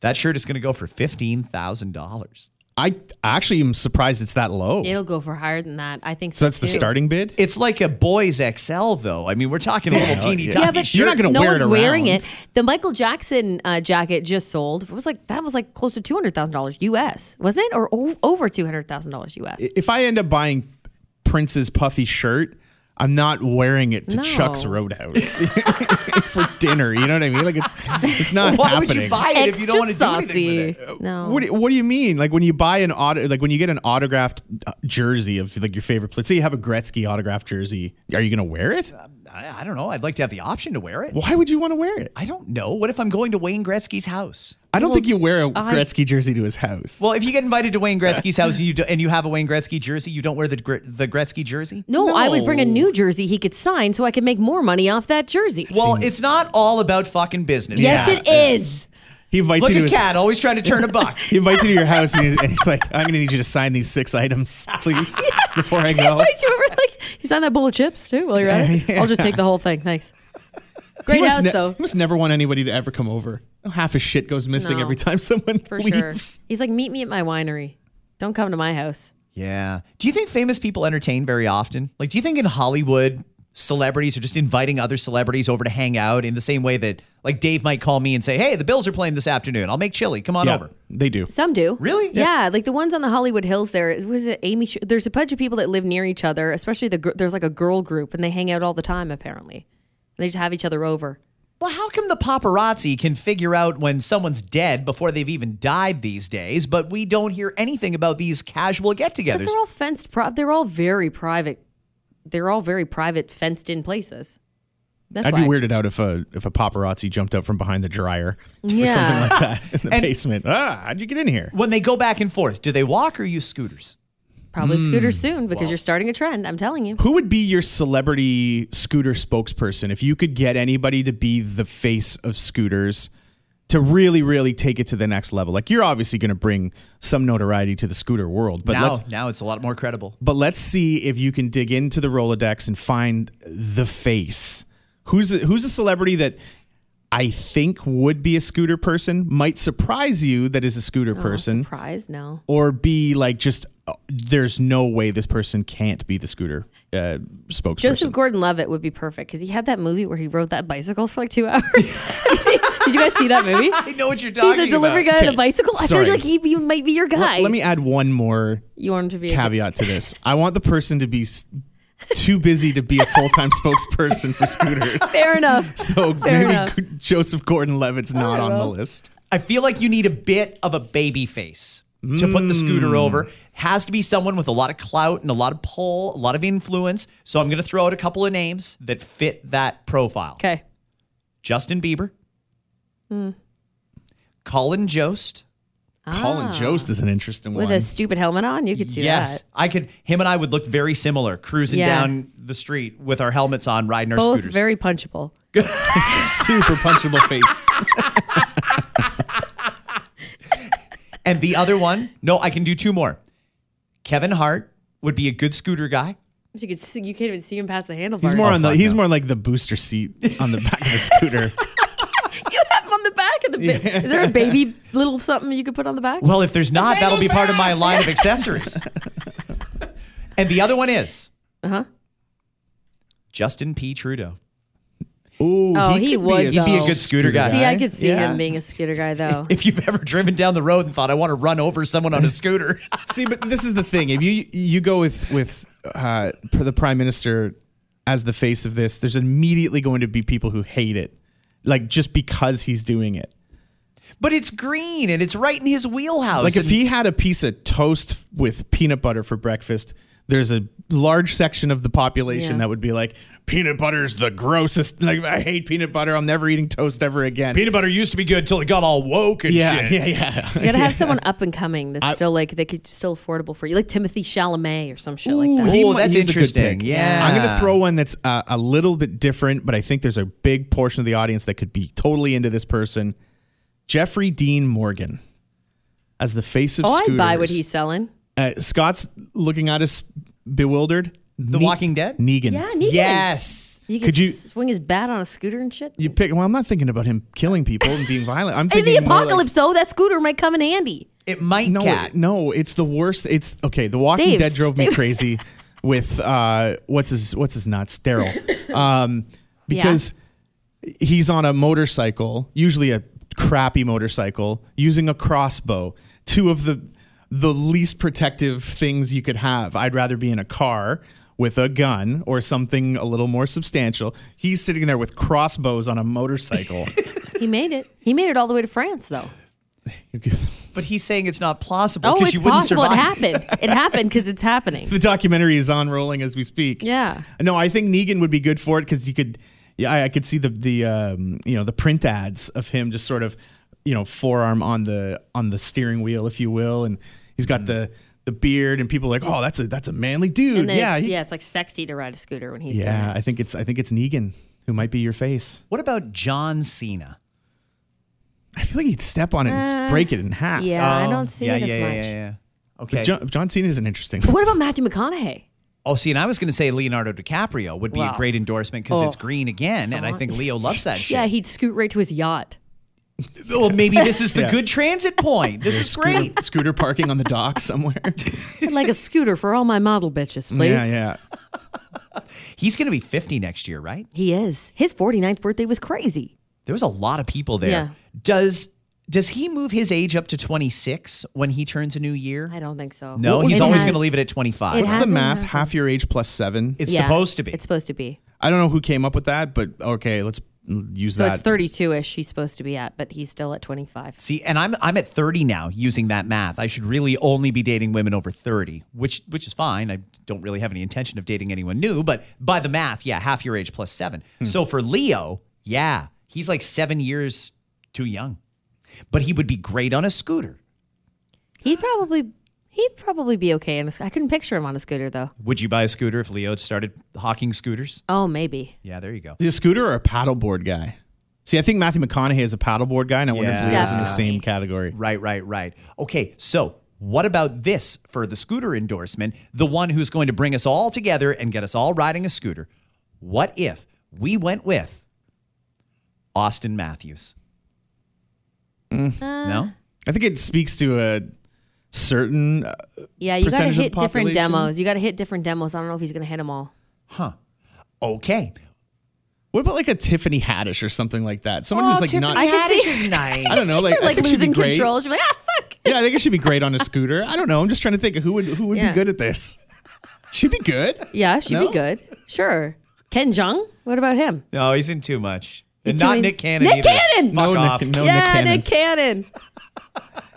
Speaker 2: that shirt is going to go for $15,000.
Speaker 4: I actually am surprised it's that low.
Speaker 3: It'll go for higher than that. I think
Speaker 4: Oh. so
Speaker 3: so.
Speaker 4: that's the
Speaker 3: too.
Speaker 4: starting bid?
Speaker 2: It's like a boy's XL, though. I mean, we're talking a little teeny tiny
Speaker 3: Yeah, but
Speaker 4: You're not gonna
Speaker 3: no
Speaker 4: wear
Speaker 3: one's
Speaker 4: it
Speaker 3: wearing
Speaker 4: around.
Speaker 3: it. The Michael Jackson uh, jacket just sold. It was like that was like close to two hundred thousand dollars US, wasn't it? Or o- over two hundred thousand dollars US.
Speaker 4: if I end up buying Prince's puffy shirt, I'm not wearing it to
Speaker 3: No.
Speaker 4: Chuck's Roadhouse for dinner. You know what I mean? Like it's it's not
Speaker 2: Why
Speaker 4: happening.
Speaker 2: would you buy it if you don't want
Speaker 3: Extra
Speaker 2: to do anything
Speaker 3: saucy.
Speaker 2: with it?
Speaker 3: No.
Speaker 4: What do, what do you mean? Like when you buy an auto, like when you get an autographed uh, jersey of like your favorite. Let's say you have a Gretzky autographed jersey. Are you going to wear it?
Speaker 2: I, I don't know. I'd like to have the option to wear it.
Speaker 4: Why would you want to wear it?
Speaker 2: I don't know. What if I'm going to Wayne Gretzky's house?
Speaker 4: I don't think you wear a
Speaker 3: I-
Speaker 4: Gretzky jersey to his house.
Speaker 2: Well, if you get invited to Wayne Gretzky's house and you do, and you have a Wayne Gretzky jersey, you don't wear the Gre- the Gretzky jersey.
Speaker 3: no, I would bring a new jersey he could sign so I could make more money off that jersey.
Speaker 2: Well, it's not all about fucking business.
Speaker 3: yes, it is.
Speaker 4: he invites
Speaker 2: Look
Speaker 4: you to
Speaker 2: at
Speaker 4: his,
Speaker 2: Cat always trying to turn a buck.
Speaker 4: He invites you to your house and he's, and he's like, "I'm going to need you to sign these six items, please, before I go."
Speaker 3: Wait, you ever like you sign that bowl of chips too while you're at it? I'll just take the whole thing. Thanks. Great
Speaker 4: He must
Speaker 3: house
Speaker 4: ne-
Speaker 3: though.
Speaker 4: He must never want anybody to ever come over. Half his shit goes missing
Speaker 3: No.
Speaker 4: every time someone
Speaker 3: For sure.
Speaker 4: leaves.
Speaker 3: He's like, meet me at my winery. Don't come to my house.
Speaker 2: Yeah. Do you think famous people entertain very often? Like, do you think in Hollywood, celebrities are just inviting other celebrities over to hang out in the same way that, like, Dave might call me and say, hey, the Bills are playing this afternoon. I'll make chili. Come on over.
Speaker 4: they do.
Speaker 3: Some do.
Speaker 2: Really?
Speaker 3: Yeah, like the ones on the Hollywood Hills. There was it Amy. Sch- There's a bunch of people that live near each other. Especially the gr- there's like a girl group, and they hang out all the time. Apparently, and they just have each other over.
Speaker 2: Well, how come the paparazzi can figure out when someone's dead before they've even died these days, but we don't hear anything about these casual get
Speaker 3: Because
Speaker 2: togethers?
Speaker 3: they're all fenced. Pro- they're all very private. They're all very private, fenced in places. That's
Speaker 4: I'd
Speaker 3: why.
Speaker 4: be weirded out if a if a paparazzi jumped out from behind the dryer
Speaker 3: Yeah.
Speaker 4: or something like that in the
Speaker 2: And-
Speaker 4: basement. Ah, how'd you get in here?
Speaker 2: When they go back and forth, do they walk or use scooters?
Speaker 3: Probably
Speaker 4: Hmm.
Speaker 3: scooter soon because you're starting a trend. I'm telling you.
Speaker 4: Who would be your celebrity scooter spokesperson if you could get anybody to be the face of scooters to really, really take it to the next level? Like you're obviously going to bring some notoriety to the scooter world, but
Speaker 2: now,
Speaker 4: let's
Speaker 2: now it's a lot more credible.
Speaker 4: but let's see if you can dig into the Rolodex and find the face. Who's a, who's a celebrity that I think would be a scooter person? Might surprise you that is a scooter
Speaker 2: Oh,
Speaker 4: person,
Speaker 3: Surprise? No.
Speaker 4: or be like just uh, there's no way this person can't be the scooter uh, spokesperson.
Speaker 3: Joseph Gordon-Levitt would be perfect because he had that movie where he rode that bicycle for like two hours. Did you guys see that movie?
Speaker 2: I know what you're talking
Speaker 3: He's a delivery
Speaker 2: about.
Speaker 3: guy on
Speaker 4: Okay,
Speaker 3: a bicycle. I
Speaker 4: sorry.
Speaker 3: feel like he, he might be your guy.
Speaker 4: Let me add one more
Speaker 3: you want him to be a
Speaker 4: caveat to this. I want the person to be s- too busy to be a full time spokesperson for scooters.
Speaker 3: Fair enough.
Speaker 4: So
Speaker 3: Fair
Speaker 4: maybe
Speaker 3: enough. Oh,
Speaker 4: Joseph Gordon Levitt's not on the list.
Speaker 2: I feel like you need a bit of a baby face to put the scooter over. Has to be someone with a lot of clout and a lot of pull, a lot of influence. So I'm going to throw out a couple of names that fit that profile.
Speaker 3: Okay. Mm.
Speaker 2: Justin Bieber. Colin Jost.
Speaker 4: Colin Jost is an interesting
Speaker 3: Ah. With
Speaker 4: one.
Speaker 3: a stupid helmet on, you could see
Speaker 2: Yes,
Speaker 3: that.
Speaker 2: I could. Him and I would look very similar cruising
Speaker 3: Yeah.
Speaker 2: down the street with our helmets on, riding our
Speaker 3: Both
Speaker 2: scooters.
Speaker 3: very punchable.
Speaker 4: super punchable face.
Speaker 2: and the other one, no, I can do two more. Kevin Hart would be a good scooter guy.
Speaker 3: You could see, you can't even see him past the handlebars.
Speaker 4: He's more on the.
Speaker 6: fuck
Speaker 4: He's
Speaker 6: no.
Speaker 4: more like the booster seat on the back of the scooter.
Speaker 3: you have him on the back of the. Ba- Is there a baby little something you could put on the back?
Speaker 2: Well, if there's not, that'll be part of my line of accessories. and the other one is
Speaker 3: Uh-huh.
Speaker 2: Justin P. Trudeau.
Speaker 4: Ooh,
Speaker 3: Oh, he
Speaker 4: could be
Speaker 3: would,
Speaker 4: a-
Speaker 3: He'd be a good
Speaker 2: scooter guy.
Speaker 3: see, I could see
Speaker 4: Yeah.
Speaker 3: him being a skater guy though.
Speaker 2: If you've ever driven down the road and thought, I want to run over someone on a scooter.
Speaker 4: See, but this is the thing. If you you go with with uh, per- the prime minister as the face of this, there's immediately going to be people who hate it, like just because he's doing it.
Speaker 2: but it's green and it's right in his wheelhouse.
Speaker 4: Like if
Speaker 2: and-
Speaker 4: he had a piece of toast with peanut butter for breakfast, there's a large section of the population
Speaker 3: Yeah.
Speaker 4: that would be like, "Peanut butter's the grossest. Like I hate peanut butter. I'm never eating toast ever again."
Speaker 2: peanut butter used to be good till it got all woke and
Speaker 4: yeah,
Speaker 2: shit.
Speaker 4: yeah, yeah,
Speaker 3: You gotta have someone up and coming that's still like they could still affordable for you, like Timothy Chalamet or some shit like that.
Speaker 2: Ooh,
Speaker 4: might-
Speaker 2: that's
Speaker 4: he's a good
Speaker 2: interesting.
Speaker 4: pick.
Speaker 2: Yeah.
Speaker 4: Oh, I'm going to throw one that's uh, a little bit different, but I think there's a big portion of the audience that could be totally into this person. Jeffrey Dean Morgan as the face of
Speaker 3: oh,
Speaker 4: scooters.
Speaker 3: I'd buy what he's selling.
Speaker 4: Uh, Scott's looking at us bewildered.
Speaker 2: The Walking Dead?
Speaker 4: Negan.
Speaker 3: Yeah, Negan.
Speaker 2: Yes.
Speaker 3: You could,
Speaker 4: Could you-
Speaker 3: swing his bat on a scooter and shit.
Speaker 4: You pick. Well, I'm not thinking about him killing people and being violent. I'm
Speaker 3: In
Speaker 4: thinking
Speaker 3: the
Speaker 4: more
Speaker 3: apocalypse, though, that scooter might come in handy.
Speaker 2: It might
Speaker 4: Like, no,
Speaker 2: cat.
Speaker 4: no, it's the worst. It's okay. The Walking
Speaker 3: Dave,
Speaker 4: Dead drove me
Speaker 3: Dave.
Speaker 4: crazy with uh, what's his what's his nuts, Daryl, um, because he's on a motorcycle, usually a crappy motorcycle, using a crossbow. Two of the the least protective things you could have. I'd rather be in a car with a gun or something a little more substantial. He's sitting there with crossbows on a motorcycle.
Speaker 3: He made it. He made it all the way to France, though.
Speaker 2: But he's saying it's not plausible
Speaker 3: Oh,
Speaker 2: because
Speaker 3: it's
Speaker 2: you wouldn't
Speaker 3: possible.
Speaker 2: survive.
Speaker 3: It happened. It happened because it's happening.
Speaker 4: the documentary is on rolling as we speak.
Speaker 3: Yeah.
Speaker 4: No, I think Negan would be good for it because you could, yeah, I, I could see the the um, you know the print ads of him just sort of, you know, forearm on the on the steering wheel, if you will, and he's got the the beard, and people are like, oh, that's a that's a manly dude.
Speaker 3: And then,
Speaker 4: yeah, he-
Speaker 3: yeah, it's like sexy to ride a scooter when he's
Speaker 4: yeah.
Speaker 3: doing it.
Speaker 4: I think it's I think it's Negan who might be your face.
Speaker 2: What about John Cena?
Speaker 4: I feel like he'd step on it and just break it in half.
Speaker 3: Yeah, Uh, I don't see
Speaker 2: Um, yeah,
Speaker 3: it as
Speaker 2: yeah,
Speaker 3: much.
Speaker 2: yeah, yeah. Okay.
Speaker 4: But John, John Cena is an interesting.
Speaker 3: What about Matthew McConaughey?
Speaker 2: oh, see, and I was going to say Leonardo DiCaprio would be
Speaker 3: Wow.
Speaker 2: a great endorsement because it's
Speaker 3: Oh.
Speaker 2: green again, and I think Leo loves that shit.
Speaker 3: Yeah, he'd scoot right to his yacht.
Speaker 2: well, maybe this is the good transit point. This is great.
Speaker 4: Scooter, scooter parking on the dock somewhere.
Speaker 3: I'd like a scooter for all my model bitches, please.
Speaker 4: yeah, yeah.
Speaker 2: He's going to be 50 next year, right?
Speaker 3: He is. His 49th birthday was crazy.
Speaker 2: There was a lot of people there.
Speaker 3: Yeah.
Speaker 2: Does does he move his age up to 26 when he turns a new year?
Speaker 3: I don't think so.
Speaker 2: No,
Speaker 4: What was
Speaker 2: he's
Speaker 4: the-
Speaker 2: always
Speaker 4: It
Speaker 2: going
Speaker 4: has-
Speaker 2: to leave it at 25.
Speaker 3: It
Speaker 4: What's the
Speaker 3: hasn't
Speaker 4: math?
Speaker 3: happened.
Speaker 4: Half your age plus seven.
Speaker 2: it's
Speaker 3: Yeah,
Speaker 2: supposed to be.
Speaker 3: It's supposed to be.
Speaker 4: I don't know who came up with that, but okay, let's use
Speaker 3: So
Speaker 4: that.
Speaker 3: it's 32 ish he's supposed to be at, but he's still at 25.
Speaker 2: See, and I'm I'm at 30 now using that math. I should really only be dating women over 30, which which is fine. I don't really have any intention of dating anyone new, but by the math, yeah, half your age plus 7. So for Leo, yeah, he's like 7 years too young. But he would be great on a scooter.
Speaker 3: He'd probably he'd probably be okay. In a, sc- I couldn't picture him on a scooter though.
Speaker 2: Would you buy a scooter if Leo had started hawking scooters?
Speaker 3: Oh, maybe.
Speaker 2: Yeah, there you go.
Speaker 4: Is he a scooter or a paddleboard guy? See, I think Matthew McConaughey is a paddleboard guy, and I wonder if Leo's in the
Speaker 3: Definitely.
Speaker 4: same category.
Speaker 2: Right, right, right. Okay, so what about this for the scooter endorsement? The one who's going to bring us all together and get us all riding a scooter. What if we went with Austin Matthews?
Speaker 3: Mm. Uh,
Speaker 2: No?
Speaker 4: I think it speaks to a certain. Uh,
Speaker 3: Yeah, you got to
Speaker 4: Percentage of
Speaker 3: hit
Speaker 4: the
Speaker 3: different
Speaker 4: population?
Speaker 3: demos. You got to hit different demos. I don't know if he's going to hit them all.
Speaker 2: Huh. Okay.
Speaker 4: what about like a Tiffany Haddish or something like that? Someone
Speaker 3: Oh,
Speaker 4: who's like not.
Speaker 2: I
Speaker 3: I
Speaker 2: had
Speaker 3: could
Speaker 2: it
Speaker 3: see-
Speaker 2: is nice.
Speaker 4: I don't know, like, I
Speaker 3: like
Speaker 4: think she'd be
Speaker 3: losing
Speaker 4: great.
Speaker 3: control. She'd be like, ah, fuck.
Speaker 4: Yeah, I think it should be great on a scooter. I don't know. I'm just trying to think of who would who would
Speaker 3: Yeah.
Speaker 4: be good at this. She'd be good.
Speaker 3: Yeah, she'd
Speaker 4: No?
Speaker 3: be good. Sure. Ken Jung? What about him?
Speaker 2: No, he's in too much. And
Speaker 3: too
Speaker 2: not
Speaker 3: in-
Speaker 2: Nick Cannon.
Speaker 3: Nick
Speaker 2: either.
Speaker 3: Cannon!
Speaker 2: Fuck
Speaker 4: no,
Speaker 2: off.
Speaker 4: Nick, no Nick
Speaker 3: yeah,
Speaker 4: Cannons.
Speaker 3: Nick Cannon.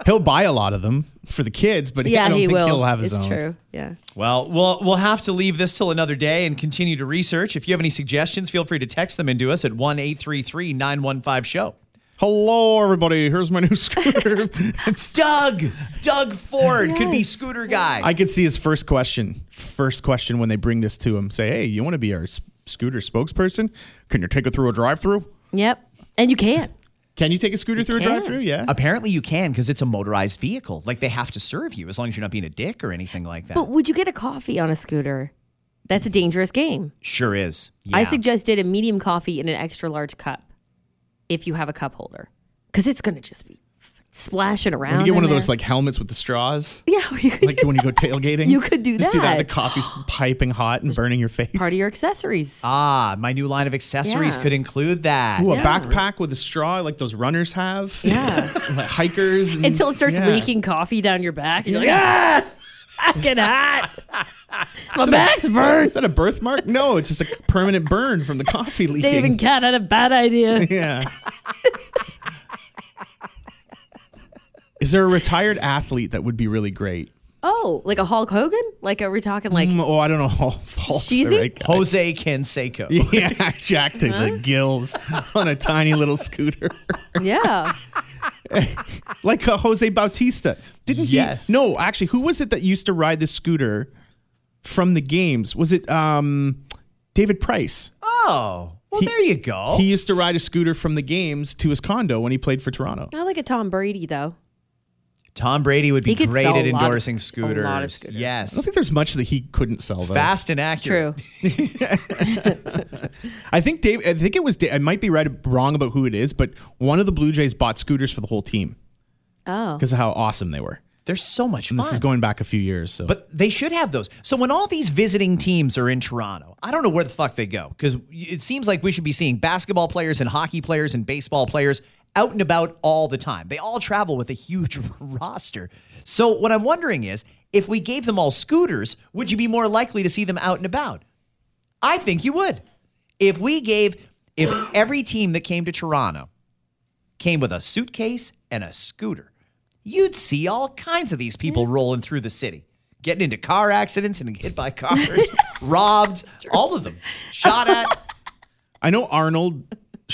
Speaker 4: He'll buy a lot of them for the kids, but he- I
Speaker 3: Yeah,
Speaker 4: don't
Speaker 3: he
Speaker 4: think
Speaker 3: will.
Speaker 4: he'll have his
Speaker 3: it's
Speaker 4: own.
Speaker 3: true. Yeah.
Speaker 2: Well, well, we'll have to leave this till another day and continue to research. If you have any suggestions, feel free to text them into us at 1 833 915 show.
Speaker 4: Hello, everybody. Here's my new scooter. It's-
Speaker 2: Doug, Doug Ford could be scooter guy.
Speaker 4: I could see his first question. First question when they bring this to him, say, "Hey, you want to be our s- scooter spokesperson? Can you take it through a drive-through?
Speaker 3: Yep. And you can't.
Speaker 4: Can you take a scooter through
Speaker 3: can.
Speaker 4: a drive-through? Yeah.
Speaker 2: Apparently, you can because it's a motorized vehicle. Like they have to serve you as long as you're not being a dick or anything like that.
Speaker 3: But would you get a coffee on a scooter? That's a dangerous game.
Speaker 2: Sure is.
Speaker 3: I
Speaker 2: Yeah.
Speaker 3: suggested a medium coffee in an extra large cup if you have a cup holder because it's going to just be f- splashing around.
Speaker 4: When you get one
Speaker 3: in
Speaker 4: of those
Speaker 3: there.
Speaker 4: like helmets with the straws,
Speaker 3: yeah, you could
Speaker 4: like when you go tailgating,
Speaker 3: You could do
Speaker 4: Just do that.
Speaker 3: that.
Speaker 4: The coffee's piping hot and burning your face.
Speaker 3: part of your
Speaker 4: Um,
Speaker 3: accessories.
Speaker 2: ah, my new line of accessories
Speaker 3: Yeah.
Speaker 2: could include that.
Speaker 4: Ooh, a
Speaker 3: Yeah.
Speaker 4: backpack with a straw like those runners have.
Speaker 3: Yeah.
Speaker 4: Like hikers. and-
Speaker 3: Until it starts
Speaker 4: yeah.
Speaker 3: leaking coffee down your back, and you're like, ah, I get hot. My back's
Speaker 4: Is
Speaker 3: burned.
Speaker 4: that a birthmark? No, it's just a permanent burn from the coffee leaking.
Speaker 3: Dave and Kat had a bad idea.
Speaker 4: Yeah. Is there a retired athlete that would be really great?
Speaker 3: Oh, like a Hulk Hogan? Like, are we talking like
Speaker 4: Mm, oh, I don't know. False. the
Speaker 3: Cheesy?
Speaker 4: right guy.
Speaker 2: Jose Canseco.
Speaker 4: Yeah, jacked to the gills on a tiny little scooter,
Speaker 3: Yeah.
Speaker 4: like a Jose Bautista. Didn't
Speaker 2: Yes.
Speaker 4: he? No, actually, who was it that used to ride the scooter from the games? Was it um, David Price?
Speaker 2: Oh, well,
Speaker 4: He-
Speaker 2: there you go.
Speaker 4: He used to ride a scooter from the games to his condo when he played for Toronto.
Speaker 3: Not like a Tom Brady, though.
Speaker 2: Tom Brady would be
Speaker 3: He could
Speaker 2: great
Speaker 3: sell
Speaker 2: at
Speaker 3: a lot of-
Speaker 2: endorsing
Speaker 3: a lot
Speaker 2: scooters.
Speaker 3: of scooters.
Speaker 4: I don't
Speaker 2: Yes.
Speaker 4: think there's much that he couldn't sell. Though.
Speaker 2: Fast and
Speaker 3: It's
Speaker 2: accurate.
Speaker 3: true.
Speaker 4: I think Dave. I think it was. Da- I might be right wrong about who it is, but one of the Blue Jays bought scooters for the whole team
Speaker 3: Oh.
Speaker 4: because of how awesome they were.
Speaker 2: They're so much fun.
Speaker 4: And this is going back a few years. So,
Speaker 2: But they should have those. So when all these visiting teams are in Toronto, I don't know where the fuck they go because it seems like we should be seeing basketball players and hockey players and baseball players out and about all the time. They all travel with a huge roster. So what I'm wondering is if we gave them all scooters, would you be more likely to see them out and about? I think you would. If we gave, if every team that came to Toronto came with a suitcase and a scooter, you'd see all kinds of these people
Speaker 3: Hmm.
Speaker 2: rolling through the city, getting into car accidents and hit by cars, robbed, all of them, shot at.
Speaker 4: I know Arnold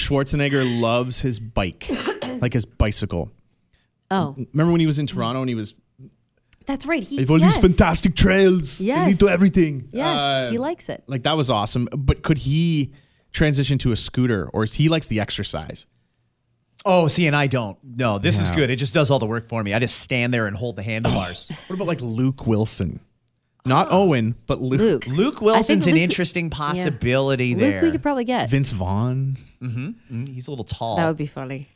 Speaker 4: Schwarzenegger loves his bike, like his bicycle.
Speaker 3: Oh,
Speaker 4: Remember when he was in Toronto and he was
Speaker 3: that's right. He,
Speaker 4: they've all
Speaker 3: yes.
Speaker 4: these fantastic trails. They
Speaker 3: Yes.
Speaker 4: lead to everything.
Speaker 3: Yes,
Speaker 4: Uh,
Speaker 3: he likes it.
Speaker 4: like that was awesome. But could he transition to a scooter, or is he likes the exercise?
Speaker 2: Oh, see, and I don't. No, this is good. It just does all the work for me. I just stand there and hold the handlebars.
Speaker 3: Oh.
Speaker 4: What about like Luke Wilson? Not Owen, but Luke.
Speaker 3: Luke.
Speaker 2: Luke Wilson's an
Speaker 3: Luke-
Speaker 2: interesting possibility
Speaker 3: Luke
Speaker 2: there.
Speaker 3: we could probably get.
Speaker 4: Vince Vaughn.
Speaker 2: Mm, He's a little tall.
Speaker 3: That would be funny.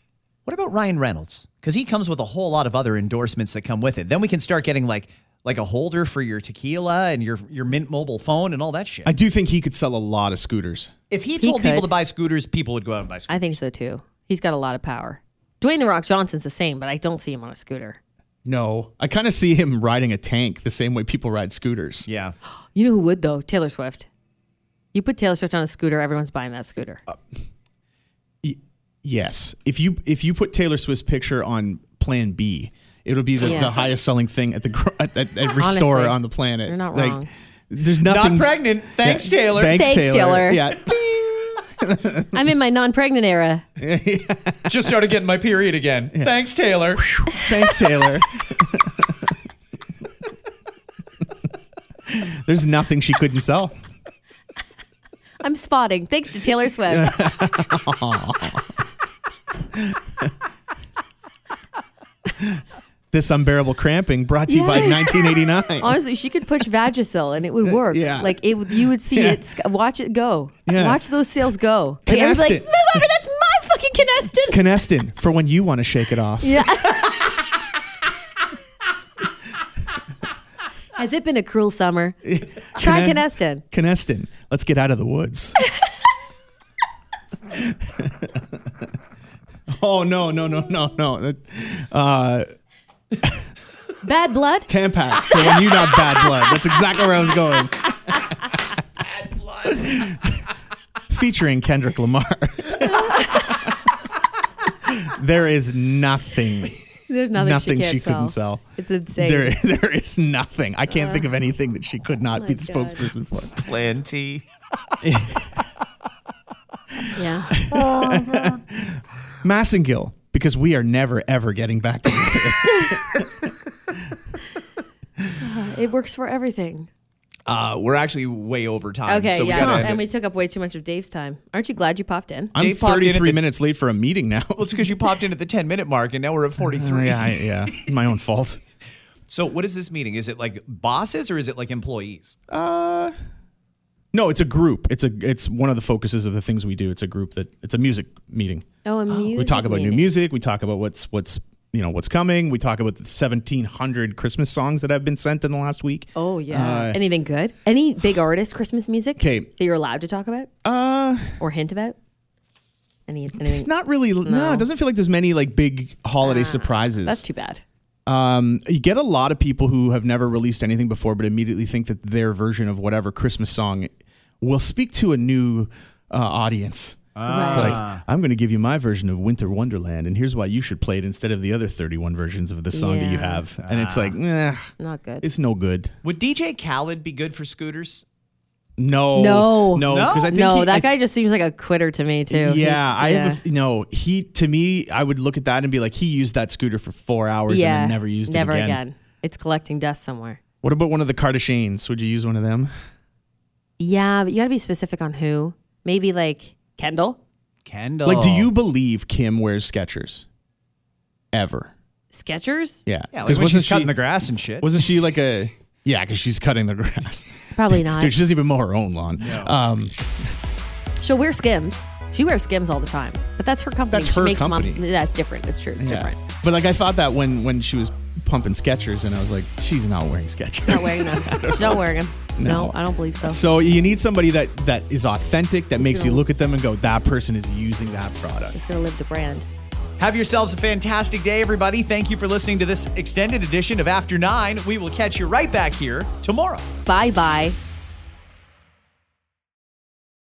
Speaker 2: What about Ryan Reynolds? Because he comes with a whole lot of other endorsements that come with it. Then we can start getting like like a holder for your tequila and your your Mint mobile phone and all that shit.
Speaker 4: I do think he could sell a lot of scooters.
Speaker 2: if he told people
Speaker 3: could.
Speaker 2: to buy scooters, people would go out and buy scooters.
Speaker 3: I think so too. He's got a lot of power. Dwayne the Rock Johnson's the same, but I don't see him on a scooter.
Speaker 4: No, I kind of see him riding a tank the same way people ride scooters.
Speaker 2: yeah.
Speaker 3: You know who would though? Taylor Swift. You put Taylor Swift on a scooter, everyone's buying that scooter.
Speaker 4: Uh, Yes, if you if you put Taylor Swift's picture on Plan B, it'll be the,
Speaker 3: Yeah.
Speaker 4: the highest selling thing at the gro- at, at every
Speaker 3: Honestly,
Speaker 4: store on the planet.
Speaker 3: you're not wrong.
Speaker 4: There's nothing.
Speaker 2: Not pregnant. Thanks,
Speaker 4: Yeah,
Speaker 2: Taylor.
Speaker 4: Thanks,
Speaker 3: Thanks, Taylor.
Speaker 4: Taylor. Yeah.
Speaker 3: I'm in my non-pregnant era.
Speaker 2: Just started getting my period again. Thanks, Taylor.
Speaker 4: Thanks, Taylor. There's nothing she couldn't sell.
Speaker 3: I'm spotting thanks to Taylor Swift.
Speaker 4: This unbearable cramping brought to you by
Speaker 3: Yes.
Speaker 4: 1989.
Speaker 3: Honestly, she could push Vagisil and it would work.
Speaker 4: Yeah.
Speaker 3: Like it, would- you would see
Speaker 4: Yeah.
Speaker 3: it. sc- Watch it go.
Speaker 4: Yeah.
Speaker 3: Watch those sales go. And everyone's like,
Speaker 4: Knesset.
Speaker 3: move over. That's my fucking Kinestin.
Speaker 4: Canestin for when you want to shake it off.
Speaker 3: Has it been a cruel summer? Try
Speaker 4: Kine-
Speaker 3: Kinestin.
Speaker 4: Canestin, let's get out of the woods. oh no, no, no, no, no. That- Uh,
Speaker 3: Bad blood.
Speaker 4: Tampax for when you got bad blood. That's exactly where I was going. bad blood. Featuring Kendrick Lamar. there is nothing.
Speaker 3: There's nothing,
Speaker 4: nothing
Speaker 3: she,
Speaker 4: she,
Speaker 3: can't
Speaker 4: couldn't sell.
Speaker 3: It's insane.
Speaker 4: There, there is nothing. I can't think of anything that she could not be the
Speaker 3: God.
Speaker 4: spokesperson for.
Speaker 2: Plenty.
Speaker 3: yeah.
Speaker 4: Massengill, because we are never ever getting back together.
Speaker 3: It works for everything.
Speaker 2: Uh, we're actually way over time.
Speaker 3: Okay,
Speaker 2: so we
Speaker 3: yeah.
Speaker 2: gotta end
Speaker 3: and
Speaker 2: it.
Speaker 3: we took up way too much of Dave's time. Aren't you glad you popped in?
Speaker 4: I'm
Speaker 2: Dave popped in at
Speaker 4: 33
Speaker 2: the-
Speaker 4: minutes late for a meeting now.
Speaker 2: well, it's because you popped in at the 10 minute mark and now we're at 43.
Speaker 4: yeah, I- yeah, my own fault.
Speaker 2: So, what is this meeting? Is it like bosses or is it like employees?
Speaker 4: Uh, No, it's a group. It's a it's one of the focuses of the things we do. It's a group that it's a music meeting.
Speaker 3: Oh, a music
Speaker 4: we talk about
Speaker 3: meeting.
Speaker 4: new music. We talk about what's what's you know what's coming. We talk about the seventeen hundred Christmas songs that have been sent in the last week.
Speaker 3: Oh yeah.
Speaker 4: Uh,
Speaker 3: Anything good? Any big artist Christmas music?
Speaker 4: 'Kay.
Speaker 3: That you're allowed to talk about
Speaker 4: Uh,
Speaker 3: or hint about? Any anything?
Speaker 4: it's not really. No. it doesn't feel like there's many like big holiday surprises.
Speaker 3: That's too bad.
Speaker 4: Um, you get a lot of people who have never released anything before, but immediately think that their version of whatever Christmas song will speak to a new uh, audience. It's like I'm going to give you my version of Winter Wonderland, and here's why you should play it instead of the other 31 versions of the song that you
Speaker 3: Yeah.
Speaker 4: have. And it's like, eh,
Speaker 3: Not good.
Speaker 4: it's no good.
Speaker 2: Would DJ Khaled be good for scooters?
Speaker 4: No,
Speaker 3: No.
Speaker 4: no,
Speaker 2: No?
Speaker 4: because I think
Speaker 3: no,
Speaker 4: he-
Speaker 3: that
Speaker 4: I-
Speaker 3: guy just seems like a quitter to me too.
Speaker 4: Yeah,
Speaker 3: He-
Speaker 4: I
Speaker 3: yeah.
Speaker 4: have. A, f- no, he to me, I would look at that and be like, he used that scooter for four hours and
Speaker 3: yeah.
Speaker 4: then never used
Speaker 3: never
Speaker 4: it again.
Speaker 3: again. It's collecting dust somewhere.
Speaker 4: What about one of the Kardashians? Would you use one of them?
Speaker 3: Yeah, but you got to be specific on who. Maybe like Kendall.
Speaker 2: Kendall.
Speaker 4: Like, do you believe Kim wears Skechers? Ever?
Speaker 3: Skechers?
Speaker 4: Yeah.
Speaker 2: Yeah, like
Speaker 4: Because
Speaker 2: when
Speaker 4: wasn't
Speaker 2: she's cutting
Speaker 4: she-
Speaker 2: the grass and shit.
Speaker 4: Wasn't she like a? Yeah, because she's cutting the grass.
Speaker 3: Probably not.
Speaker 4: Dude, she doesn't even mow her own lawn. Um,
Speaker 3: She'll wear Skims. She wears Skims all the time, but that's her company.
Speaker 4: That's
Speaker 3: she
Speaker 4: her
Speaker 3: makes Mom,
Speaker 4: company.
Speaker 3: that's different. It's true. It's
Speaker 4: yeah.
Speaker 3: different.
Speaker 4: But like, I thought that when when she was pumping Skechers, and I was like, she's not wearing Skechers.
Speaker 3: Not wearing them. She's not wearing them. No, I don't believe so.
Speaker 4: So you need somebody that that is authentic, that makes you
Speaker 3: gonna-
Speaker 4: look at them and go, that person is using that product.
Speaker 3: It's gonna live the brand.
Speaker 2: Have yourselves a fantastic day, everybody. Thank you for listening to this extended edition of After Nine. We will catch you right back here tomorrow.
Speaker 3: Bye bye.